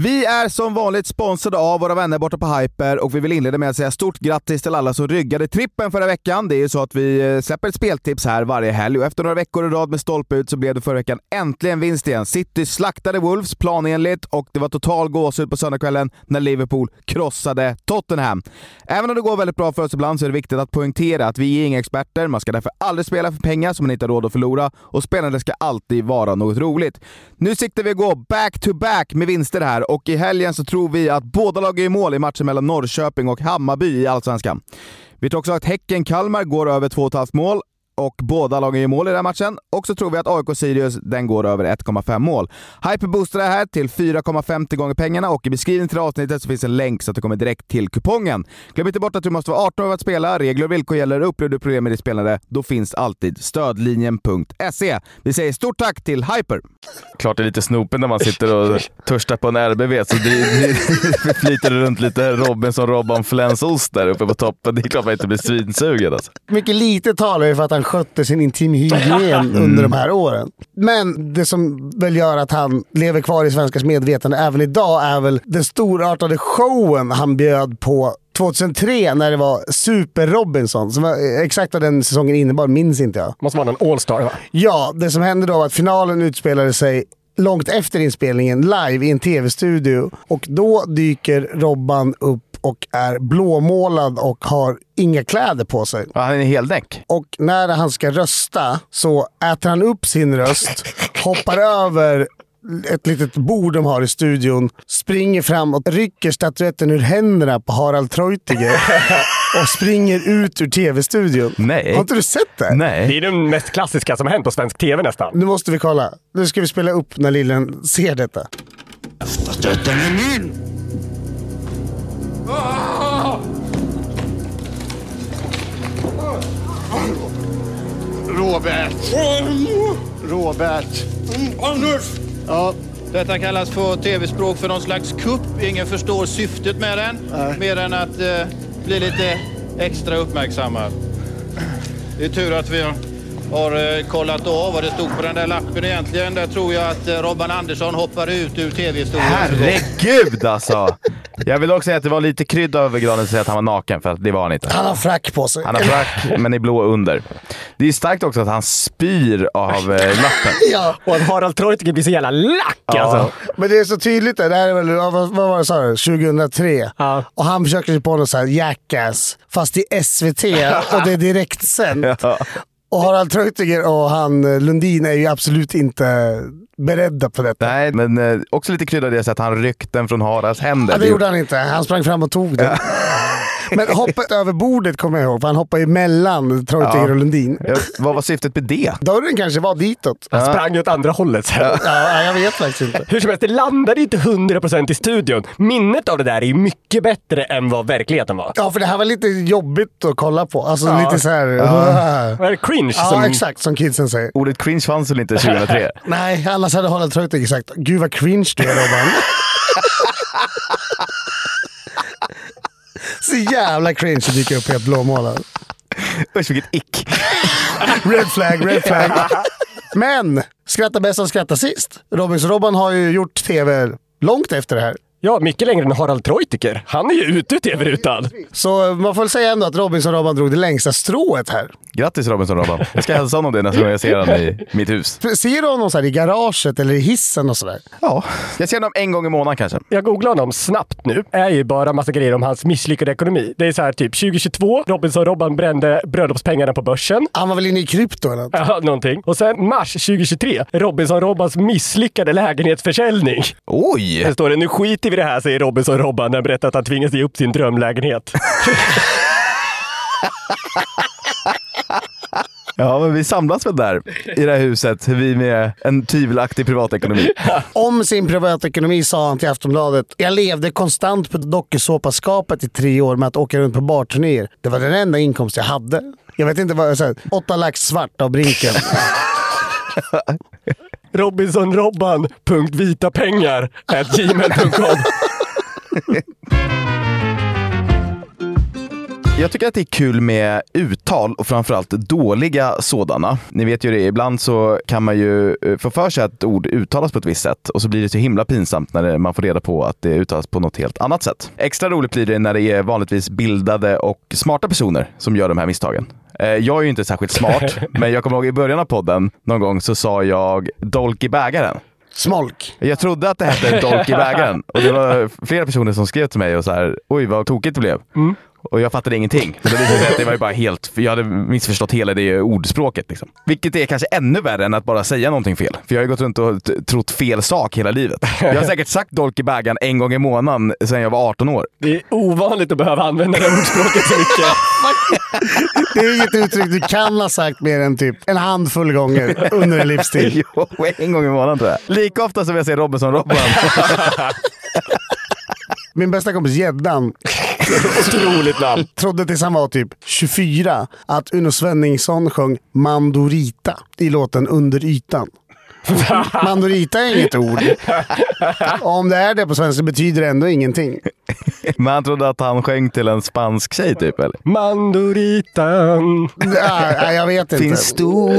[SPEAKER 1] Vi är som vanligt sponsrade av våra vänner borta på Hyper och vi vill inleda med att säga stort grattis till alla som ryggade trippen förra veckan. Det är ju så att vi eh, släpper ett speltips här varje helg och efter några veckor i rad med stolpe ut så blev det förra veckan äntligen vinst igen. City slaktade Wolves planenligt och det var total gåshud på söndagskvällen när Liverpool krossade Tottenham. Även om det går väldigt bra för oss ibland så är det viktigt att poängtera att vi är inga experter. Man ska därför aldrig spela för pengar som man inte har råd att förlora och spelandet ska alltid vara något roligt. Nu siktar vi att gå back-to-back med vinster här och i helgen så tror vi att båda lag gör mål i matchen mellan Norrköping och Hammarby i Allsvenskan. Vi tror också att Häcken-Kalmar går över 2,5 mål och båda lagen gör mål i den här matchen. Och så tror vi att AIK-Sirius, den går över 1,5 mål. Hyper boostar det här till 4,50 gånger pengarna och i beskrivningen till det här avsnittet så finns en länk så att du kommer direkt till kupongen. Glöm inte bort att du måste vara 18 år för att spela. Regler och villkor gäller. Upplever du problem med ditt spelande, då finns alltid stödlinjen.se. E. Vi säger stort tack till Hyper!
[SPEAKER 9] Klart det är lite snopen när man sitter och törstar på en RBV så det, det flyter det runt lite Robinson-Robban-flänsost där uppe på toppen. Det är klart man inte blir svinsugen alltså.
[SPEAKER 2] Mycket lite talar ju för att han skötte sin intimhygien under de här åren. Men det som väl gör att han lever kvar i svenskars medvetande även idag är väl den storartade showen han bjöd på 2003 när det var Super Robinson. Som var, exakt vad den säsongen innebar minns inte jag.
[SPEAKER 3] Måste vara någon All-star va?
[SPEAKER 2] Ja, det som hände då var att finalen utspelade sig långt efter inspelningen live i en tv-studio. Och då dyker Robban upp och är blåmålad och har inga kläder på sig.
[SPEAKER 9] Han är heldäck.
[SPEAKER 2] Och när han ska rösta så äter han upp sin röst, hoppar över ett litet bord de har i studion, springer fram och rycker statyetten ur händerna på Harald Treutiger och springer ut ur tv-studion.
[SPEAKER 9] Nej.
[SPEAKER 2] Har inte du sett det?
[SPEAKER 9] Nej.
[SPEAKER 3] Det är den mest klassiska som har hänt på svensk tv nästan.
[SPEAKER 2] Nu måste vi kolla. Nu ska vi spela upp när lillen ser detta.
[SPEAKER 11] Döden är min! Robert. Robert. Anders!
[SPEAKER 7] Ja, detta kallas på tv-språk för någon slags kupp. Ingen förstår syftet med den, mer än att eh, bli lite extra uppmärksammad. Det är tur att vi har
[SPEAKER 12] har eh, kollat av vad det stod på den där lappen egentligen. Där tror jag att eh, Robban Andersson hoppar ut ur tv-historien.
[SPEAKER 1] Herregud alltså! Jag vill också säga att det var lite krydd över granen att säga att han var naken, för att det var han inte.
[SPEAKER 2] Han har frack på sig.
[SPEAKER 1] Han har frack, men i blå under. Det är starkt också att han spyr av eh, lappen.
[SPEAKER 2] Ja.
[SPEAKER 3] Och att Harald Treutiger blir så jävla lack
[SPEAKER 1] Ja.
[SPEAKER 3] alltså.
[SPEAKER 2] Men det är så tydligt där. Det här är väl, ja, vad, vad var det sa du? 2003. Och han försöker sig på något så här jackass, fast i SVT och det är direktsänt. Och Harald Treutiger och han eh, Lundin är ju absolut inte beredda på detta.
[SPEAKER 1] Nej, men eh, också lite krydda i det så att han ryckte den från Haralds händer.
[SPEAKER 2] Ja, det gjorde han inte. Han sprang fram och tog den. Men hoppet över bordet kommer jag ihåg, för han hoppade emellan Treutiger
[SPEAKER 1] Ja.
[SPEAKER 2] och Lundin.
[SPEAKER 1] Ja, Vad var syftet med det?
[SPEAKER 2] Dörren kanske var ditåt.
[SPEAKER 3] Han sprang ju åt andra hållet sen.
[SPEAKER 2] Ja, jag vet faktiskt inte.
[SPEAKER 3] Hur som helst, det landade ju inte 100% i studion. Minnet av det där är ju mycket bättre än vad verkligheten var.
[SPEAKER 2] Ja, för det här var lite jobbigt att kolla på. Alltså
[SPEAKER 3] Ja.
[SPEAKER 2] lite så här... äh.
[SPEAKER 3] Ja. Var det cringe
[SPEAKER 2] Ja,
[SPEAKER 3] som-
[SPEAKER 2] exakt. Som kidsen säger.
[SPEAKER 1] Ordet cringe fanns väl inte 2003?
[SPEAKER 2] Nej, annars hade Harald Treutiger sagt “Gud vad cringe du är Robban”. Så jävla cringe det dyker upp helt blåmålad.
[SPEAKER 1] Usch vilket ick.
[SPEAKER 2] Red flag, red flag. Men, skratta bäst som skrattar sist. Robins-Robban har ju gjort tv långt efter det här.
[SPEAKER 3] Ja, mycket längre än Harald Treutiger. Han är ju ute ur tv-rutan.
[SPEAKER 2] Så man får väl säga ändå att Robinson-Robban drog det längsta strået här.
[SPEAKER 1] Grattis Robinson-Robban. Jag ska hälsa honom det nästa gång jag ser honom i mitt hus.
[SPEAKER 2] För Ser du honom så här i garaget eller i hissen och sådär?
[SPEAKER 1] Ja. Jag ser honom en gång i månaden kanske.
[SPEAKER 3] Jag googlar honom snabbt nu. är ju bara massa grejer om hans misslyckade ekonomi. Det är så här typ 2022. Robinson-Robban brände bröllopspengarna på börsen.
[SPEAKER 2] Han var väl inne i krypto eller något?
[SPEAKER 3] Ja, någonting. Och sen mars 2023. Robinson-Robbans misslyckade lägenhetsförsäljning.
[SPEAKER 1] Oj!
[SPEAKER 3] Här står det, nu skiter vi i det här, säger Robinson-Robban när han berättar att han tvingas ge upp sin drömlägenhet.
[SPEAKER 1] Ja, men vi samlas väl där i det här huset, vi med en tvivelaktig privatekonomi.
[SPEAKER 2] Om sin privatekonomi sa han till Aftonbladet. Jag levde konstant på dokusåpaskapet i tre år med att åka runt på barturnéer. Det var den enda inkomst jag hade. Jag vet inte vad jag sa. Åtta lax svart av Brinken.
[SPEAKER 3] Robinson-Robban. punkt Vita pengar. at gmail.com.
[SPEAKER 1] Jag tycker att det är kul med uttal och framförallt dåliga sådana. Ni vet ju det, ibland så kan man ju eh, få för sig att ord uttalas på ett visst sätt och så blir det så himla pinsamt när det- man får reda på att det uttalas på något helt annat sätt. Extra roligt blir det när det är vanligtvis bildade och smarta personer som gör de här misstagen. Eh, Jag är ju inte särskilt smart, men jag kommer ihåg i början av podden någon gång så sa jag dolk i bägaren.
[SPEAKER 2] Smolk.
[SPEAKER 1] Jag trodde att det hette dolk i bägaren och det var flera personer som skrev till mig och så här, oj vad tokigt det blev. Och jag fattade ingenting. Men det visade sig att det var ju bara helt, för jag hade missförstått hela det ordspråket. Liksom. Vilket är kanske ännu värre än att bara säga någonting fel. För jag har ju gått runt och t- trott fel sak hela livet. Jag har säkert sagt dolk i bägaren en gång i månaden sedan jag var 18 år.
[SPEAKER 3] Det är ovanligt att behöva använda det ordspråket så mycket.
[SPEAKER 2] Det är inget uttryck du kan ha sagt mer än typ en handfull gånger under en livstid.
[SPEAKER 1] jo, en gång i månaden tror jag. Lika ofta som jag ser Robinson-Robban.
[SPEAKER 2] Min bästa kompis Gäddan
[SPEAKER 3] Otroligt namn.
[SPEAKER 2] trodde tills han var typ 24 att Uno Svenningsson sjöng Mandorita i låten Under ytan. Mandorita är inget ord. Och om det är det på svenska betyder det ändå ingenting.
[SPEAKER 1] Men han trodde att han sjöng till en spansk tjej typ, eller?
[SPEAKER 3] Mandoritan.
[SPEAKER 2] Nej, nej, jag vet inte.
[SPEAKER 1] Finns stora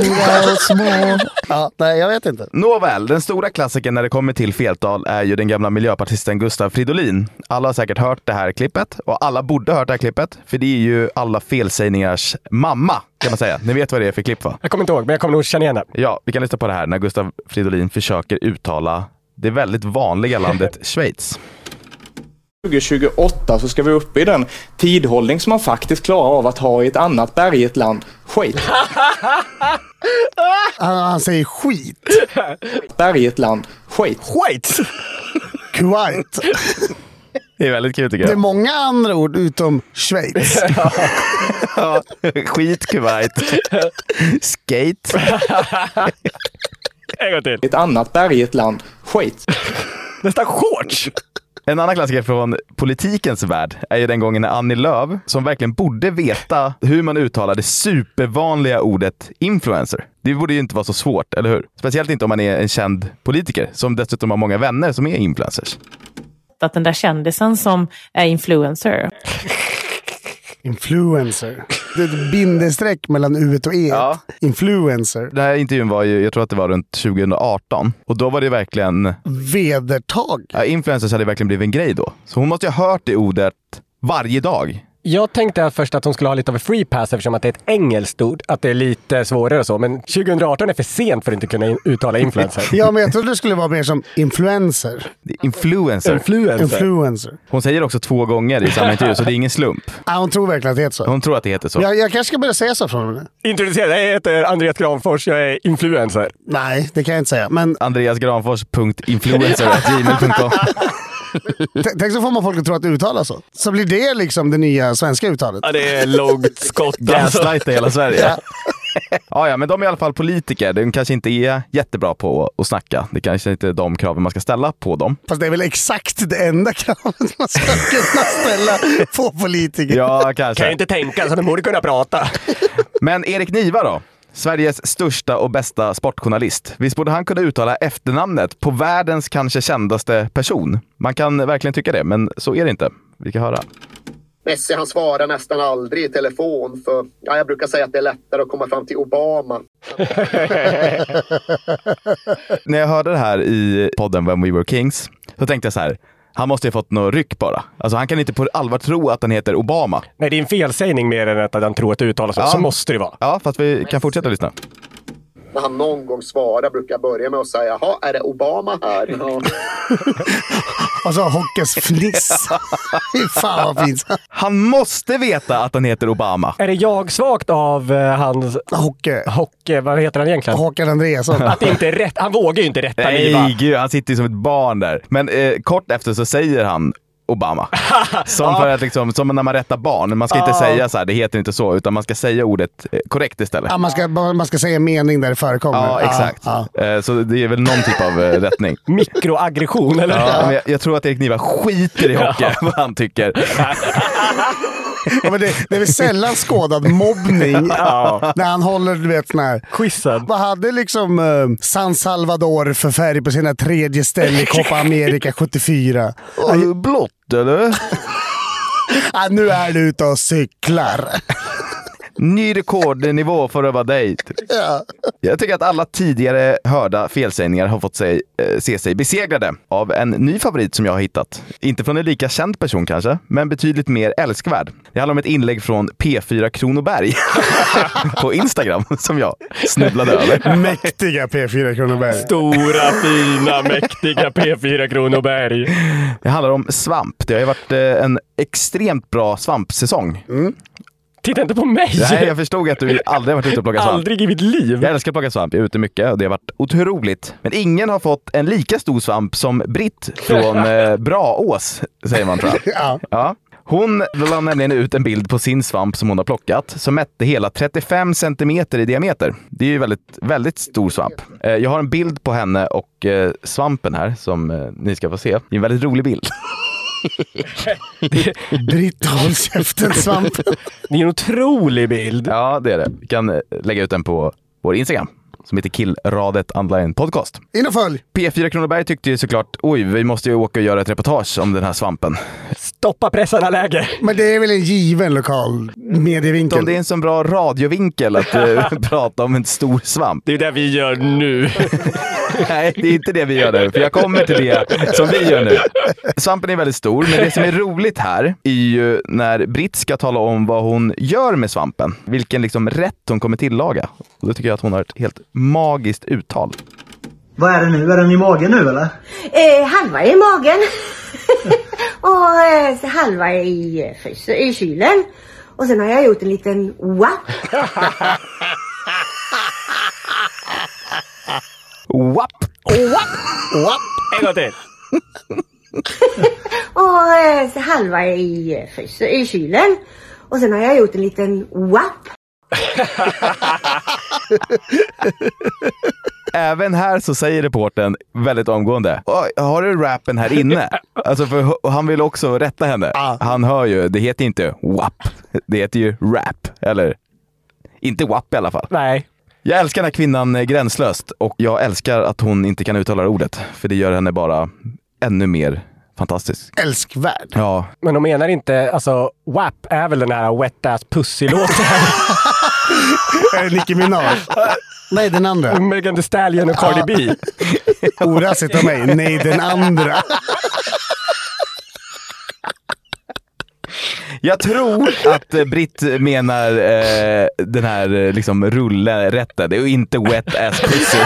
[SPEAKER 1] och små.
[SPEAKER 2] Ja, nej, jag vet inte.
[SPEAKER 1] Nåväl, den stora klassikern när det kommer till feltal är ju den gamla miljöpartisten Gustav Fridolin. Alla har säkert hört det här klippet och alla borde ha hört det här klippet, för det är ju alla felsägningars mamma kan man säga. Ni vet vad det är för klipp va?
[SPEAKER 3] Jag kommer inte ihåg, men jag kommer nog känna igen det.
[SPEAKER 1] Ja, vi kan lyssna på det här när Gustav Fridolin försöker uttala det väldigt vanliga landet Schweiz.
[SPEAKER 13] 2028 så ska vi upp i den tidhållning som man faktiskt klarar av att ha i ett annat bergigt land. Skit.
[SPEAKER 2] Han, han säger skit.
[SPEAKER 13] Bergigt land. Skit.
[SPEAKER 3] Skit!
[SPEAKER 2] Kuwait.
[SPEAKER 1] Det är väldigt kul tycker
[SPEAKER 2] Det är
[SPEAKER 1] jag.
[SPEAKER 2] många andra ord utom Schweiz.
[SPEAKER 1] Ja, skit Kuwait. Skate.
[SPEAKER 3] En gång till.
[SPEAKER 13] Ett annat bergigt land. Skit.
[SPEAKER 3] Nästan shorts!
[SPEAKER 1] En annan klassiker från politikens värld är ju den gången när Annie Lööf, som verkligen borde veta hur man uttalar det supervanliga ordet influencer. Det borde ju inte vara så svårt, eller hur? Speciellt inte om man är en känd politiker, som dessutom har många vänner som är influencers.
[SPEAKER 14] att den där kändisen som är influencer.
[SPEAKER 2] Influencer. Det är ett bindestreck mellan u och e. Influencer.
[SPEAKER 1] Den här intervjun var ju, jag tror att det var runt 2018. Och då var det verkligen...
[SPEAKER 2] Vedertag.
[SPEAKER 1] Ja, influencers hade verkligen blivit en grej då. Så hon måste ju ha hört det ordet varje dag.
[SPEAKER 3] Jag tänkte här först att hon skulle ha lite av en free pass eftersom att det är ett engelskt ord, att det är lite svårare och så. Men 2018 är för sent för att inte kunna in- uttala influencer.
[SPEAKER 2] Ja, men jag trodde det skulle vara mer som influencer.
[SPEAKER 1] Influencer.
[SPEAKER 3] Influencer.
[SPEAKER 2] Influencer.
[SPEAKER 1] Hon säger också två gånger i samma intervju, så det är ingen slump.
[SPEAKER 2] Ah, hon tror verkligen att det heter så.
[SPEAKER 1] Hon tror att det heter så.
[SPEAKER 2] Jag, jag kanske ska börja säga så från och med nu.
[SPEAKER 3] Introducera, jag heter Andreas Granfors, jag är influencer.
[SPEAKER 2] Nej, det kan jag inte säga. Men
[SPEAKER 1] Andreasgranfors.influencer.gmail.com
[SPEAKER 2] T- Tänk så får man folk att tro att det uttalas så. Så blir det liksom det nya svenska uttalet.
[SPEAKER 3] Ja, det är alltså. lågt skott
[SPEAKER 1] Gaslighta hela Sverige. ja, ja, men de är i alla fall politiker. De kanske inte är jättebra på att snacka. Det kanske inte är de kraven man ska ställa på dem.
[SPEAKER 2] Fast det är väl exakt det enda kravet man ska kunna ställa på politiker.
[SPEAKER 1] Ja, kanske.
[SPEAKER 3] Kan ju inte tänka, så de borde kunna prata.
[SPEAKER 1] Men Erik Niva då? Sveriges största och bästa sportjournalist. Visst borde han kunna uttala efternamnet på världens kanske kändaste person? Man kan verkligen tycka det, men så är det inte. Vi kan höra.
[SPEAKER 14] Messi han svarar nästan aldrig i telefon för ja, jag brukar säga att det är lättare att komma fram till Obama.
[SPEAKER 1] När jag hörde det här i podden When We Were Kings så tänkte jag så här. Han måste ju ha fått något ryck bara. Alltså han kan inte på allvar tro att han heter Obama.
[SPEAKER 3] Nej, det är en felsägning mer än att han tror att det uttalas så.
[SPEAKER 1] Ja.
[SPEAKER 3] Så måste det vara.
[SPEAKER 1] Ja, fast vi kan fortsätta lyssna.
[SPEAKER 14] När han någon gång svarar brukar jag börja med att säga jaha, är det Obama här? Ja.
[SPEAKER 2] Alltså Hockes fniss. Fy Fan vad pinsamt.
[SPEAKER 1] Han måste veta att han heter Obama.
[SPEAKER 3] Är det jag-svagt av eh, hans...
[SPEAKER 2] Hocke.
[SPEAKER 3] Hocke, vad heter han egentligen?
[SPEAKER 2] Håkan Andreasson.
[SPEAKER 3] Att det inte är rätt. Han vågar ju inte rätta Niva.
[SPEAKER 1] Nej, gud, han sitter ju som ett barn där. Men eh, kort efter så säger han Obama. Som, för att liksom, som när man rättar barn. Man ska inte
[SPEAKER 2] Ja.
[SPEAKER 1] säga så här, det heter inte så, utan man ska säga ordet eh, korrekt istället.
[SPEAKER 2] Ja, man, ska, man ska säga mening där det förekommer.
[SPEAKER 1] Ja, exakt.
[SPEAKER 2] Ja,
[SPEAKER 1] Eh, Så det är väl någon typ av eh, rättning.
[SPEAKER 3] Mikroaggression, eller?
[SPEAKER 1] Ja, men jag, jag tror att Erik Niva skiter i hockey, vad han tycker.
[SPEAKER 2] ja. Ja, men det, det är väl sällan skådad mobbning
[SPEAKER 1] Ja.
[SPEAKER 2] när han håller, du vet, sån här...
[SPEAKER 3] Quizen.
[SPEAKER 2] Vad hade liksom eh, San Salvador för färg på sina tredje ställe i Copa America 74?
[SPEAKER 1] Och blått eller?
[SPEAKER 2] Ja, nu är du ute och cyklar.
[SPEAKER 1] Ny rekordnivå för att vara dig. typ.
[SPEAKER 2] Ja.
[SPEAKER 1] Jag tycker att alla tidigare hörda felsägningar har fått sig, eh, se sig besegrade av en ny favorit som jag har hittat. Inte från en lika känd person kanske, men betydligt mer älskvärd. Det handlar om ett inlägg från P4 Kronoberg på Instagram som jag snubblade över.
[SPEAKER 2] Mäktiga P4 Kronoberg.
[SPEAKER 3] Stora, fina, mäktiga P4 Kronoberg.
[SPEAKER 1] Det handlar om svamp. Det har ju varit eh, en extremt bra svampsäsong.
[SPEAKER 3] Titta inte på mig!
[SPEAKER 1] Nej, jag förstod att du aldrig har varit ute och plockat svamp.
[SPEAKER 3] Aldrig i mitt liv.
[SPEAKER 1] Jag älskar att plocka svamp, jag är ute mycket och det har varit otroligt. Men ingen har fått en lika stor svamp som Britt från eh, Braås, säger man tror jag.
[SPEAKER 2] Ja.
[SPEAKER 1] Ja. Hon la nämligen ut en bild på sin svamp som hon har plockat som mätte hela 35 centimeter i diameter. Det är ju väldigt, väldigt stor svamp. Eh, Jag har en bild på henne och eh, svampen här som eh, ni ska få se. Det är en väldigt rolig bild.
[SPEAKER 2] Britt håll käften svamp.
[SPEAKER 3] Det är en otrolig bild.
[SPEAKER 1] Ja, det är det. Vi kan eh, lägga ut den på vår Instagram som heter Killradet Online Podcast.
[SPEAKER 2] In och följ!
[SPEAKER 1] P4 Kronoberg tyckte ju såklart, oj, vi måste ju åka och göra ett reportage om den här svampen.
[SPEAKER 3] Stoppa pressarna läge.
[SPEAKER 2] Men det är väl en given lokal
[SPEAKER 1] Om
[SPEAKER 2] medievinkel?
[SPEAKER 1] det är en sån bra radiovinkel att eh, prata om en stor svamp.
[SPEAKER 3] Det är det vi gör nu.
[SPEAKER 1] Nej, det är inte det vi gör nu, för jag kommer till det som vi gör nu. Svampen är väldigt stor, men det som är roligt här är ju när Britt ska tala om vad hon gör med svampen. Vilken liksom rätt hon kommer tillaga. Och då tycker jag att hon har ett helt magiskt uttal.
[SPEAKER 15] Vad är det nu? Är den i magen nu eller?
[SPEAKER 16] Eh, halva i magen. och eh, halva i, eh, frys- i kylen. Och sen har jag gjort en liten wap.
[SPEAKER 1] Wapp!
[SPEAKER 2] Wapp!
[SPEAKER 3] En gång till.
[SPEAKER 16] och eh, halva i, eh, frys- i kylen. Och sen har jag gjort en liten wap.
[SPEAKER 1] Även här så säger reporten väldigt omgående. "Oj, Har du rappen här inne? Alltså för h- han vill också rätta henne. Han hör ju, det heter inte WAP. Det heter ju rap. Eller inte WAP i alla fall.
[SPEAKER 3] Nej.
[SPEAKER 1] Jag älskar den här kvinnan eh, gränslöst och jag älskar att hon inte kan uttala det ordet. För det gör henne bara ännu mer Fantastisk.
[SPEAKER 2] Älskvärd.
[SPEAKER 1] Ja.
[SPEAKER 3] Men de menar inte, alltså WAP är väl den här Wet Ass Pussy-låten?
[SPEAKER 2] Nicki Minaj. Nej, den andra.
[SPEAKER 3] Megan Thee Stallion och Cardi B.
[SPEAKER 2] Orassigt av mig. Nej, den andra.
[SPEAKER 1] Jag tror att eh, Britt menar eh, den här eh, liksom rullrätten. Det är ju inte wet ass pussy.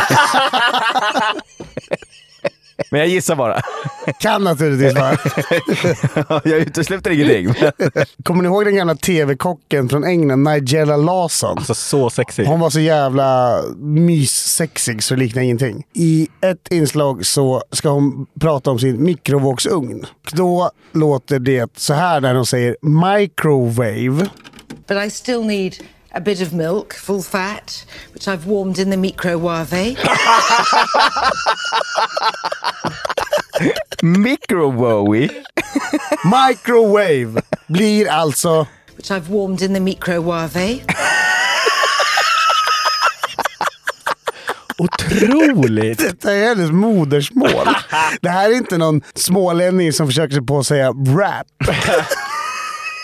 [SPEAKER 1] Men jag gissar bara.
[SPEAKER 2] Kan naturligtvis vara.
[SPEAKER 1] jag utesluter ingenting.
[SPEAKER 2] Kommer ni ihåg den gamla tv-kocken från England, Nigella Lawson?
[SPEAKER 3] Alltså så sexig.
[SPEAKER 2] Hon var så jävla myssexig så det liknar ingenting. I ett inslag så ska hon prata om sin mikrovågsugn. Då låter det så här när hon säger microwave.
[SPEAKER 17] But I still need a bit of milk, full fat, which I've warmed in the microwave.
[SPEAKER 1] Microwowie.
[SPEAKER 2] Microwave blir alltså...
[SPEAKER 17] Which I've warmed in the microwave.
[SPEAKER 3] Otroligt!
[SPEAKER 2] Detta är hennes modersmål. Det här är inte någon smålänning som försöker sig på att säga rap.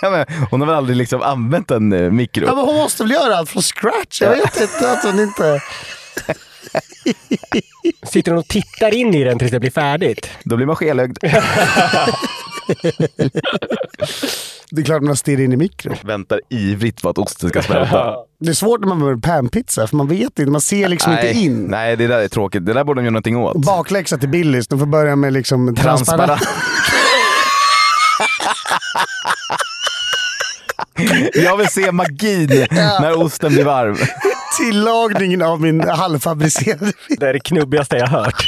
[SPEAKER 1] Ja, men Hon har väl aldrig liksom använt en eh, mikro?
[SPEAKER 2] Ja, men hon måste väl göra allt från scratch? Jag vet inte att hon inte...
[SPEAKER 3] Sitter hon och tittar in i den tills det blir färdigt?
[SPEAKER 1] Då blir man skelögd.
[SPEAKER 2] Det är klart man stirrar in i mikro.
[SPEAKER 1] Väntar ivrigt på att osten ska smälta.
[SPEAKER 2] Det är svårt när man behöver panpizza, för man vet inte. Man ser liksom
[SPEAKER 1] nej,
[SPEAKER 2] inte in.
[SPEAKER 1] Nej, det där är tråkigt. Det där borde de göra någonting åt.
[SPEAKER 2] Bakläxa till Billys. De får börja med liksom transparent.
[SPEAKER 1] Transparent. Jag vill se magin när osten blir varm.
[SPEAKER 2] Tillagningen av min halvfabricerade
[SPEAKER 3] Det är det knubbigaste jag hört.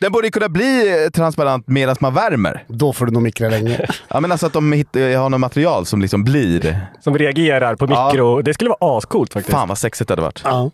[SPEAKER 1] Den borde ju kunna bli eh, transparent medan man värmer.
[SPEAKER 2] Då får du nog mikra länge.
[SPEAKER 1] Ja, men alltså att de hitt- eh, har något material som liksom blir...
[SPEAKER 3] Som reagerar på mikro. Det skulle vara ascoolt faktiskt.
[SPEAKER 1] Fan vad sexigt det hade varit.
[SPEAKER 2] Ja.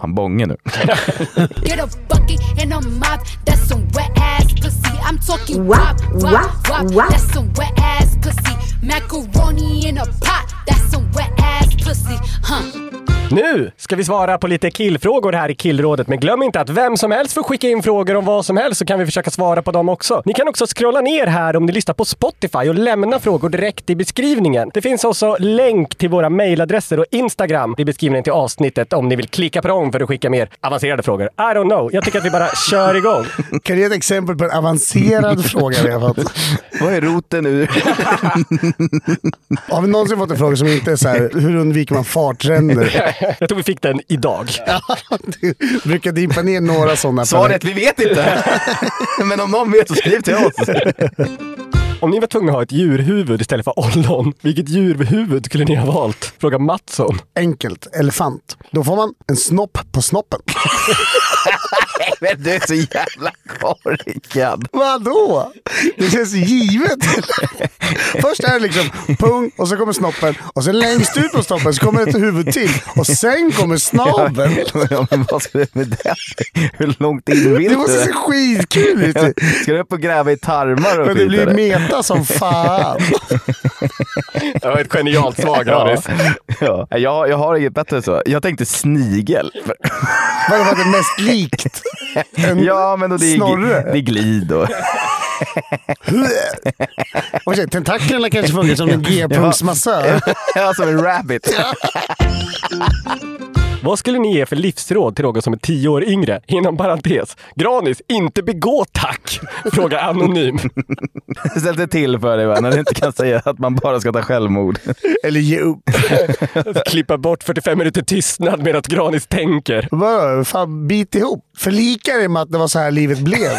[SPEAKER 1] Fan, bånge nu.
[SPEAKER 18] Get a bucket and a mop. That's some wet ass pussy. I'm talking
[SPEAKER 16] Wop,
[SPEAKER 18] wop,
[SPEAKER 16] wop,
[SPEAKER 18] wop, wop.
[SPEAKER 16] wop.
[SPEAKER 18] That's some wet ass pussy. Macaroni in a pot. That's some wet ass pussy. Huh.
[SPEAKER 3] Nu ska vi svara på lite killfrågor här i killrådet, men glöm inte att vem som helst får skicka in frågor om vad som helst så kan vi försöka svara på dem också. Ni kan också scrolla ner här om ni lyssnar på Spotify och lämna frågor direkt i beskrivningen. Det finns också länk till våra mejladresser och Instagram i beskrivningen till avsnittet om ni vill klicka på dem för att skicka mer avancerade frågor. I don't know. Jag tycker att vi bara kör igång.
[SPEAKER 2] Kan du ge ett exempel på en avancerad fråga vi har fått?
[SPEAKER 1] Vad är roten ur?
[SPEAKER 2] Har vi någonsin fått en fråga som inte är så här, hur undviker man fartränder?
[SPEAKER 3] Jag tror vi fick den idag.
[SPEAKER 2] Det brukar dimpa ner några sådana.
[SPEAKER 1] Svaret, vi vet inte. Men om någon vet så skriv till oss.
[SPEAKER 3] Om ni var tvungna att ha ett djurhuvud istället för ollon, vilket djurhuvud skulle ni ha valt? Fråga Mattsson.
[SPEAKER 2] Enkelt. Elefant. Då får man en snopp på snoppen.
[SPEAKER 1] Men du är så jävla korkad.
[SPEAKER 2] Vadå? Det känns givet. Först är det liksom pung och så kommer snoppen och sen längst ut på snoppen så kommer ett huvud till och sen kommer snabeln.
[SPEAKER 1] Ja, men vad ska du med den? Hur långt in vill
[SPEAKER 2] Det
[SPEAKER 1] du?
[SPEAKER 2] måste se skitkul ut.
[SPEAKER 1] Ska du upp och gräva i tarmar och
[SPEAKER 2] Men det
[SPEAKER 1] skit,
[SPEAKER 2] blir
[SPEAKER 1] eller?
[SPEAKER 2] meta som fan.
[SPEAKER 3] Det var ett genialt svar,
[SPEAKER 1] Ja. Ja. Jag, jag har inget bättre än så. Jag tänkte snigel.
[SPEAKER 2] Vad var det mest likt? En
[SPEAKER 1] Ja, men då det, är,
[SPEAKER 2] Mm. snorre?
[SPEAKER 1] gl- det är glid och...
[SPEAKER 2] Och så, tentaklerna kanske funkar som en g-punktsmassör.
[SPEAKER 1] Ja, som en rabbit.
[SPEAKER 3] Vad skulle ni ge för livsråd till någon som är tio år yngre? Inom parentes. Granis, inte begå tack! Fråga anonym.
[SPEAKER 1] Ställ det till för dig va, när du inte kan säga att man bara ska ta självmord.
[SPEAKER 2] Eller ge upp.
[SPEAKER 3] Klippa bort 45 minuter tystnad medan Granis tänker.
[SPEAKER 2] Vadå? Fan, bit ihop. Förlika dig med att det var så här livet blev.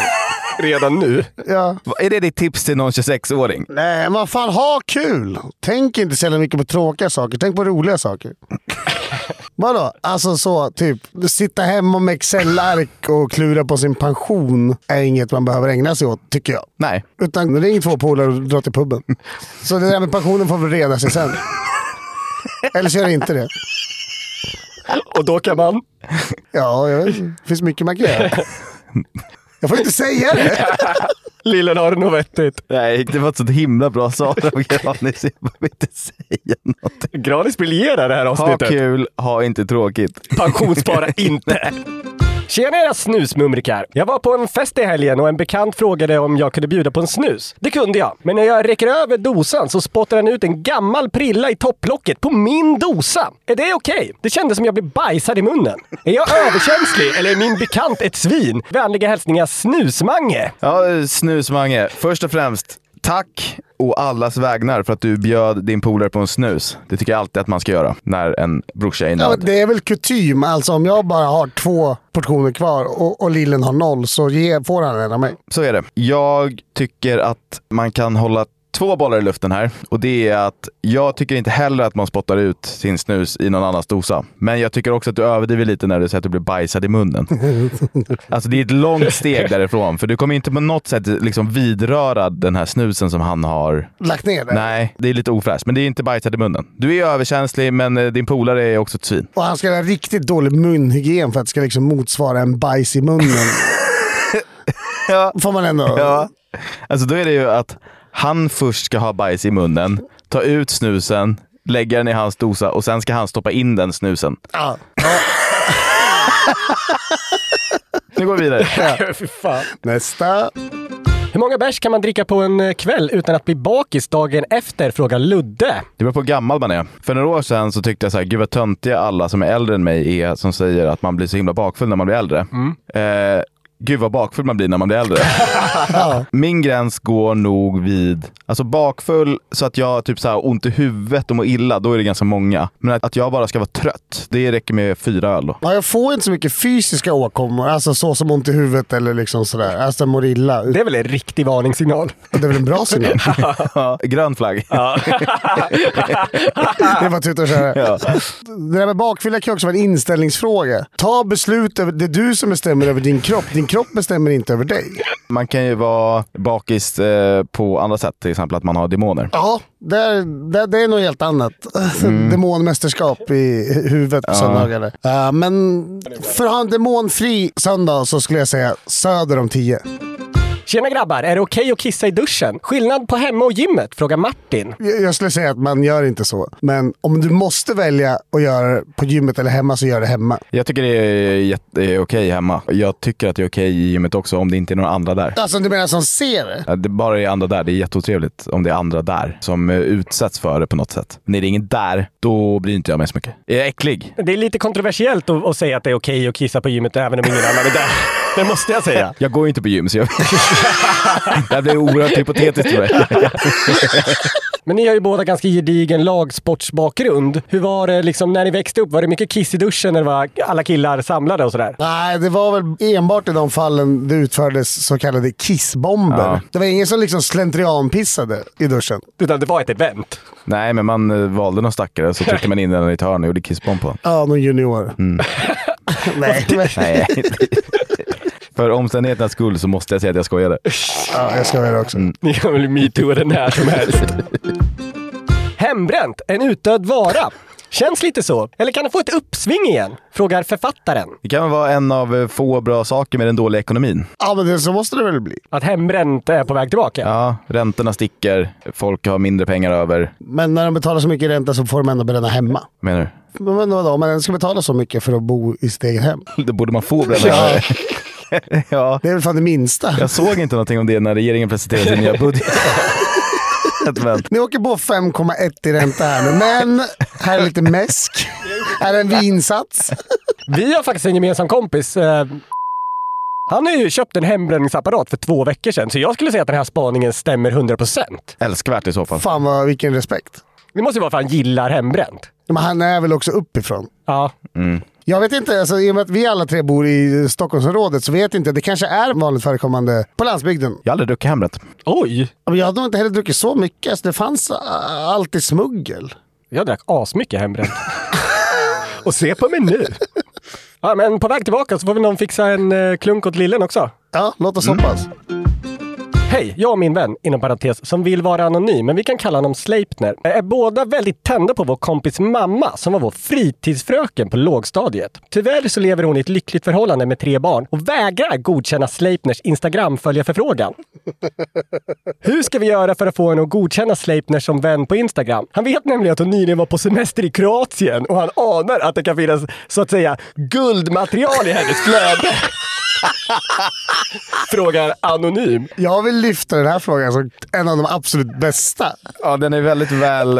[SPEAKER 3] Redan nu.
[SPEAKER 2] Ja.
[SPEAKER 1] Va, Är det ditt tips till någon 26-åring?
[SPEAKER 2] Nej, men vad fan, ha kul! Tänk inte så jävla mycket på tråkiga saker. Tänk på roliga saker. Vadå? Alltså så, typ sitta hemma med Excel-ark och klura på sin pension är inget man behöver ägna sig åt, tycker jag.
[SPEAKER 1] Nej.
[SPEAKER 2] Utan ring två polare och dra till puben. Så det där med pensionen får väl reda sig sen. Eller så är det inte det.
[SPEAKER 3] Och då kan man...
[SPEAKER 2] Ja, jag vet. det finns mycket man kan göra. Jag får inte säga det!
[SPEAKER 3] Lillen har det nog vettigt.
[SPEAKER 1] Nej, det var ett så himla bra svar av Granis. Jag behöver inte säga någonting.
[SPEAKER 3] Granis briljerar det här
[SPEAKER 1] Ha
[SPEAKER 3] avsnittet.
[SPEAKER 1] kul, ha inte tråkigt.
[SPEAKER 3] Pensionsspara inte. Tjena era snusmumrikar! Jag var på en fest i helgen och en bekant frågade om jag kunde bjuda på en snus. Det kunde jag, men när jag räcker över dosan så spottar han ut en gammal prilla i topplocket på min dosa. Är det okej? Det kändes som jag blev bajsad i munnen. Är jag överkänslig eller är min bekant ett svin? Vänliga hälsningar Snusmange!
[SPEAKER 1] Ja, snusmange. Först och främst, tack och allas vägnar för att du bjöd din polare på en snus. Det tycker jag alltid att man ska göra när en brorsa är i
[SPEAKER 2] Ja,
[SPEAKER 1] nöd.
[SPEAKER 2] det är väl kutym. Alltså om jag bara har två portioner kvar och, och lillen har noll så ge, får han en av mig.
[SPEAKER 1] Så är det. Jag tycker att man kan hålla två bollar i luften här och det är att jag tycker inte heller att man spottar ut sin snus i någon annans dosa. Men jag tycker också att du överdriver lite när du säger att du blir bajsad i munnen. Alltså det är ett långt steg därifrån för du kommer inte på något sätt liksom vidröra den här snusen som han har
[SPEAKER 2] Lagt ner det.
[SPEAKER 1] Nej, det är lite ofräscht. Men det är inte bajsad i munnen. Du är överkänslig, men eh, din polare är också ett svin.
[SPEAKER 2] Och han ska ha riktigt dålig munhygien för att det ska liksom motsvara en bajs i munnen. Får man ändå.
[SPEAKER 1] Ja. Alltså då är det ju att han först ska ha bajs i munnen, ta ut snusen, lägga den i hans dosa och sen ska han stoppa in den snusen.
[SPEAKER 2] Ja.
[SPEAKER 1] Nu går vi vidare.
[SPEAKER 3] Fy fan.
[SPEAKER 2] Nästa.
[SPEAKER 3] Hur många bärs kan man dricka på en eh, kväll utan att bli bakis dagen efter? Frågar Ludde.
[SPEAKER 1] Det beror på hur gammal man är. För några år sedan så tyckte jag så här, gud vad töntiga alla som är äldre än mig är som säger att man blir så himla bakfull när man blir äldre. Eh, gud vad bakfull man blir när man blir äldre. Min gräns går nog vid, alltså bakfull så att jag typ så här har ont i huvudet och mår illa, då är det ganska många. Men att, att jag bara ska vara trött, det räcker med fyra öl då.
[SPEAKER 2] Ja, jag får inte så mycket fysiska åkommor, alltså så som ont i huvudet eller liksom sådär. Alltså jag mår illa.
[SPEAKER 3] Det är väl en riktig varningssignal?
[SPEAKER 2] Det är väl en bra signal?
[SPEAKER 1] Grön flagg.
[SPEAKER 2] det var tuta och köra.
[SPEAKER 1] Ja.
[SPEAKER 2] Det där med bakfylla kan ju också vara en inställningsfråga. Ta beslut över... Det är du som bestämmer över din kropp. Din kropp bestämmer inte över dig.
[SPEAKER 1] Man kan ju vara bakis eh, på andra sätt, till exempel att man har demoner.
[SPEAKER 2] Ja, där, där, det är något helt annat. Demonmästerskap i huvudet på
[SPEAKER 1] Mm. Ja.
[SPEAKER 2] söndagar. Eh, men för att ha en demonfri söndag så skulle jag säga söder om 10.
[SPEAKER 3] Tjena grabbar, är det okej att kissa i duschen? Skillnad på hemma och gymmet? Frågar Martin.
[SPEAKER 2] Jag, jag skulle säga att man gör inte så. Men om du måste välja att göra det på gymmet eller hemma så gör det hemma.
[SPEAKER 1] Jag tycker det är, jätte- är okej hemma. Jag tycker att det är okej i gymmet också om det inte är några andra där.
[SPEAKER 2] Alltså du menar som ser det?
[SPEAKER 1] Ja, Det bara är andra där. Det är jätteotrevligt om det är andra där som eh, utsätts för det på något sätt. Men är det ingen där, då bryr inte jag mig så mycket. Är jag äcklig?
[SPEAKER 3] Det är lite kontroversiellt att, att säga att det är okej att kissa på gymmet även om ingen annan är där. Det måste jag säga.
[SPEAKER 1] Jag går ju inte på gym, så jag... det här blir oerhört hypotetiskt för mig.
[SPEAKER 3] Men ni har ju båda ganska gedigen lagsportsbakgrund. Hur var det liksom när ni växte upp? Var det mycket kiss i duschen när det var alla killar samlade och sådär?
[SPEAKER 2] Nej, det var väl enbart i de fallen det utfördes så kallade kissbomber.
[SPEAKER 1] Ja.
[SPEAKER 2] Det var ingen som liksom slentrianpissade i duschen.
[SPEAKER 3] Utan det var ett event.
[SPEAKER 1] Nej, men man eh, valde någon stackare, så tryckte man in den i ett hörn och gjorde kissbomb på den.
[SPEAKER 2] Ja, någon junior.
[SPEAKER 1] Mm.
[SPEAKER 2] Nej.
[SPEAKER 1] Nej. För omständigheternas skull så måste jag säga att jag skojade.
[SPEAKER 2] Ja, jag skojar också.
[SPEAKER 1] Mm.
[SPEAKER 3] Ni kan väl metooa den här som helst. Hembränt, en utdöd vara. Känns lite så. Eller kan det få ett uppsving igen? Frågar författaren.
[SPEAKER 1] Det kan väl vara en av eh, få bra saker med den dåliga ekonomin.
[SPEAKER 2] Ja, men det, så måste det väl bli.
[SPEAKER 3] Att hembränt är på väg tillbaka?
[SPEAKER 1] Ja, räntorna sticker, folk har mindre pengar över.
[SPEAKER 2] Men när de betalar så mycket ränta så får de ändå bränna hemma.
[SPEAKER 1] Menar du?
[SPEAKER 2] Men vadå, om man ska betala så mycket för att bo i sitt eget hem?
[SPEAKER 1] Då borde man få bränna över. ja.
[SPEAKER 2] Det är väl fan det minsta.
[SPEAKER 1] Jag såg inte någonting om det när regeringen presenterade sin nya budget. Men
[SPEAKER 2] Ni åker på 5,1 i ränta här nu, men här är lite mäsk. Här är en vinsats.
[SPEAKER 3] Vi har faktiskt en gemensam kompis. eh, Han har ju köpt en hembränningsapparat för två veckor sedan, så jag skulle säga att den här spaningen stämmer 100%.
[SPEAKER 1] älskvärt i så fall.
[SPEAKER 2] Fan vad, vilken respekt.
[SPEAKER 3] Det måste ju vara för att han gillar hembränt.
[SPEAKER 2] Men han är väl också uppifrån?
[SPEAKER 3] Ja.
[SPEAKER 1] Mm.
[SPEAKER 2] Jag vet inte, alltså, i och med att vi alla tre bor i Stockholmsområdet så vet jag inte. Det kanske är vanligt förekommande på landsbygden.
[SPEAKER 1] Jag har aldrig druckit hemrätt.
[SPEAKER 3] Oj!
[SPEAKER 2] Men Jag har nog inte heller druckit så mycket. Alltså, det fanns äh, alltid smuggel.
[SPEAKER 3] Jag drack asmycket hembränt. Och se på mig nu! Ja, men på väg tillbaka så får vi någon fixa en eh, klunk åt lillen också.
[SPEAKER 2] Ja, låt oss hoppas.
[SPEAKER 3] Hej, jag och min vän, inom parentes, som vill vara anonym, men vi kan kalla honom Sleipner, är båda väldigt tända på vår kompis mamma som var vår fritidsfröken på lågstadiet. Tyvärr så lever hon i ett lyckligt förhållande med tre barn och vägrar godkänna Sleipners Instagram-följarförfrågan. Hur ska vi göra för att få henne att godkänna Sleipner som vän på Instagram? Han vet nämligen att hon nyligen var på semester i Kroatien och han anar att det kan finnas, så att säga, guldmaterial i hennes flöde. Frågar anonym.
[SPEAKER 2] Jag vill lyfta den här frågan som en av de absolut bästa.
[SPEAKER 1] Ja, den är väldigt väl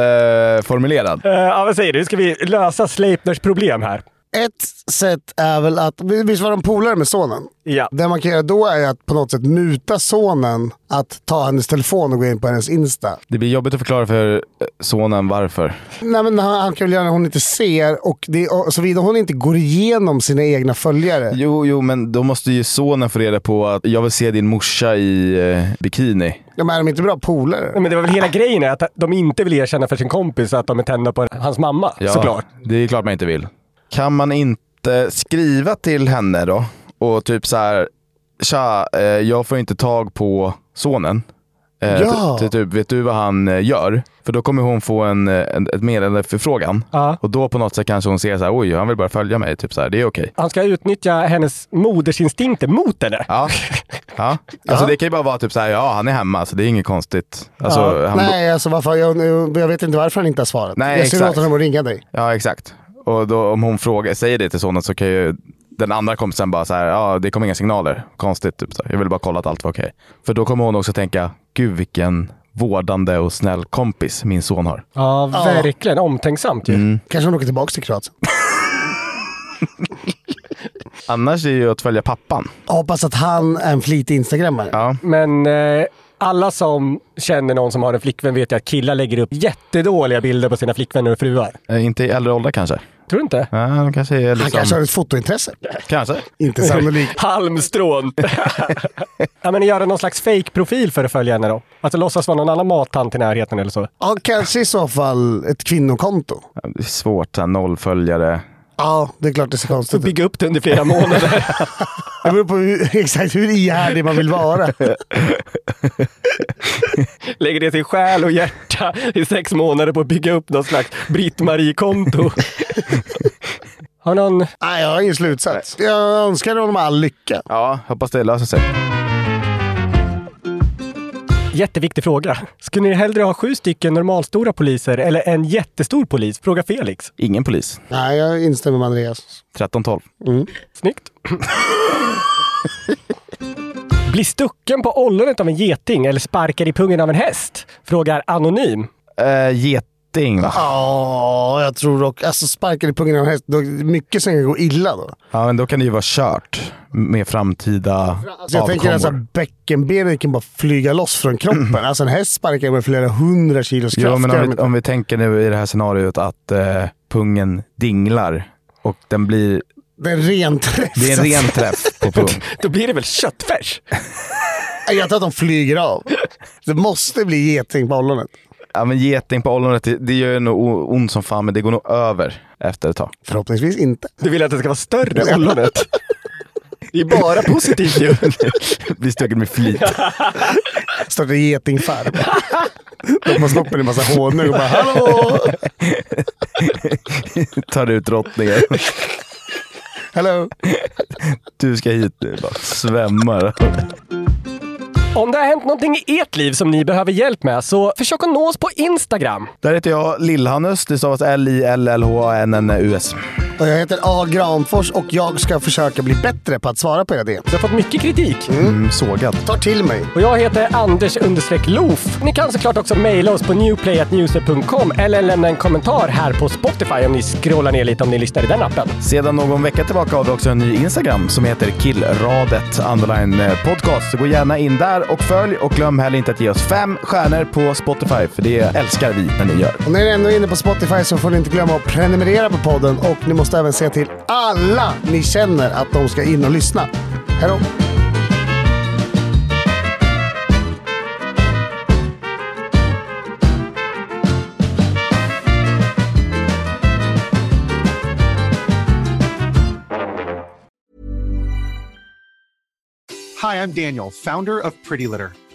[SPEAKER 1] formulerad.
[SPEAKER 3] Eh, ja, vad säger du? Ska vi lösa Sleipners problem här?
[SPEAKER 2] Ett sätt är väl att, visst var de polare med sonen?
[SPEAKER 3] Ja.
[SPEAKER 2] Det man kan göra då är ju att på något sätt muta sonen att ta hennes telefon och gå in på hennes Insta.
[SPEAKER 1] Det blir jobbigt att förklara för eh, sonen varför.
[SPEAKER 2] Nej, men han, han kan väl göra det hon inte ser, och, det, och såvida hon inte går igenom sina egna följare.
[SPEAKER 1] Jo, jo, men då måste ju sonen få reda på att jag vill se din morsa i eh, bikini.
[SPEAKER 2] Ja, men är de inte bra polare?
[SPEAKER 3] Nej, Men det var väl hela grejen är att de inte vill erkänna för sin kompis att de är tända på hans mamma,
[SPEAKER 1] Ja,
[SPEAKER 3] såklart.
[SPEAKER 1] Det är klart man inte vill. Kan man inte skriva till henne då? Och typ så här, tja, eh, jag får inte tag på sonen. Eh,
[SPEAKER 2] Ja.
[SPEAKER 1] ty- ty- typ, vet du vad han eh, gör? För då kommer hon få en, eh, en, ett meddelande förfrågan. Och då på något sätt kanske hon ser så här, oj, han vill bara följa mig. Typ så här, det är okej.
[SPEAKER 3] Han ska utnyttja hennes modersinstinkter mot henne.
[SPEAKER 1] Ja. Ja. Alltså det kan ju bara vara typ så här, ja han är hemma så det är inget konstigt. Alltså, han,
[SPEAKER 2] Nej, alltså varför? Jag, jag vet inte varför han inte har svarat.
[SPEAKER 1] Nej,
[SPEAKER 2] jag skulle
[SPEAKER 1] exakt.
[SPEAKER 2] låta honom ringa dig.
[SPEAKER 1] Ja, exakt. Och då, om hon frågar, säger det till sonen så kan ju den andra kompisen bara så här, ja det kom inga signaler, konstigt. Typ så. här. Jag ville bara kolla att allt var okej. För då kommer hon också tänka, gud vilken vårdande och snäll kompis min son har.
[SPEAKER 3] Ja, verkligen. Omtänksamt ju.
[SPEAKER 2] Kanske hon åker tillbaka till Kroatien.
[SPEAKER 1] Annars är ju att följa pappan.
[SPEAKER 2] Jag hoppas att han är en flitig instagrammare.
[SPEAKER 3] Men eh, alla som känner någon som har en flickvän vet ju att killar lägger upp jättedåliga bilder på sina flickvänner och fruar.
[SPEAKER 1] Eh, inte i äldre ålder kanske.
[SPEAKER 3] Tror du inte?
[SPEAKER 1] Ja, de kanske är liksom...
[SPEAKER 2] Han kanske har ett fotointresse.
[SPEAKER 1] Kanske.
[SPEAKER 2] Inte sannolikt.
[SPEAKER 3] Halmstrån! ja, men göra någon slags fake-profil för att följa henne då. Alltså låtsas vara någon annan mattant i närheten eller så.
[SPEAKER 2] Ja, kanske i så fall ett kvinnokonto.
[SPEAKER 1] Ja, Det är svårt, så här, noll följare.
[SPEAKER 2] Ja, det är klart det ser konstigt ut.
[SPEAKER 3] Bygga upp det under flera månader.
[SPEAKER 2] Det beror på hur, exakt hur ihärdig man vill vara.
[SPEAKER 3] Lägger det till själ och hjärta i sex månader på att bygga upp någon slags Britt-Marie-konto. Har någon...
[SPEAKER 2] Nej, jag har ingen slutsats. Jag önskar honom all lycka.
[SPEAKER 1] Ja, hoppas det löser sig.
[SPEAKER 3] Jätteviktig fråga. Skulle ni hellre ha sju stycken normalstora poliser eller en jättestor polis? Fråga Felix.
[SPEAKER 1] Ingen polis.
[SPEAKER 2] Nej, jag instämmer med Andreas.
[SPEAKER 1] 13-12.
[SPEAKER 2] Mm.
[SPEAKER 3] Snyggt. Bli stucken på ollonet av en geting eller sparkad i pungen av en häst? Frågar Anonym.
[SPEAKER 1] Eh, geting, va?
[SPEAKER 2] Ja, jag tror dock... Alltså sparkar i pungen av en häst, då är det mycket som kan gå illa då.
[SPEAKER 1] Ja, men då kan det ju vara kört med framtida
[SPEAKER 2] Alltså jag tänker att så här, bäckenbenet kan bara flyga loss från kroppen. Alltså en häst sparkar med flera hundra kilos kraft.
[SPEAKER 1] Ja, men
[SPEAKER 2] gör
[SPEAKER 1] om,
[SPEAKER 2] de
[SPEAKER 1] vi,
[SPEAKER 2] inte?
[SPEAKER 1] om vi tänker nu i det här scenariot att eh, pungen dinglar och den blir...
[SPEAKER 2] Det är en ren träff.
[SPEAKER 1] Det är en ren träff på pung.
[SPEAKER 3] Då blir det väl köttfärs?
[SPEAKER 2] Jag tror att de flyger av. Det måste bli geting på ollonet.
[SPEAKER 1] Ja, men geting på ollonet, det, det gör ju nog o- ont som fan, men det går nog över efter ett tag.
[SPEAKER 2] Förhoppningsvis inte.
[SPEAKER 3] Du vill att det ska vara större, ollonet? Det är bara positivt ju.
[SPEAKER 1] Blir stökigt med flit.
[SPEAKER 2] Startar getingfarm. De måste hoppa in en massa honor och bara hallå!
[SPEAKER 1] Tar ut drottningen.
[SPEAKER 2] Hello!
[SPEAKER 1] Du ska hit nu, bara svämmar.
[SPEAKER 3] Om det har hänt någonting i ert liv som ni behöver hjälp med så försök att nå oss på Instagram.
[SPEAKER 1] Där heter jag Lillhannes, det stavas L-I-L-L-H-A-N-N-U-S.
[SPEAKER 2] Och jag heter A. Granfors och jag ska försöka bli bättre på att svara på era DM.
[SPEAKER 3] Du har fått mycket kritik.
[SPEAKER 1] Mm, sågad.
[SPEAKER 2] Tar till mig.
[SPEAKER 3] Och jag heter Anders understreck Loof. Ni kan såklart också mejla oss på newplayatnewser.com eller lämna en kommentar här på Spotify om ni scrollar ner lite om ni lyssnar i den appen.
[SPEAKER 1] Sedan någon vecka tillbaka har vi också en ny Instagram som heter killradet underline eh, podcast. Så gå gärna in där och följ och glöm heller inte att ge oss fem stjärnor på Spotify för det älskar vi när ni gör.
[SPEAKER 2] Och när ni ändå är inne på Spotify så får ni inte glömma att prenumerera på podden och ni måste även säga till alla ni känner att de ska in och lyssna. Hej då!
[SPEAKER 19] Hi, I'm Daniel, founder of Pretty Litter.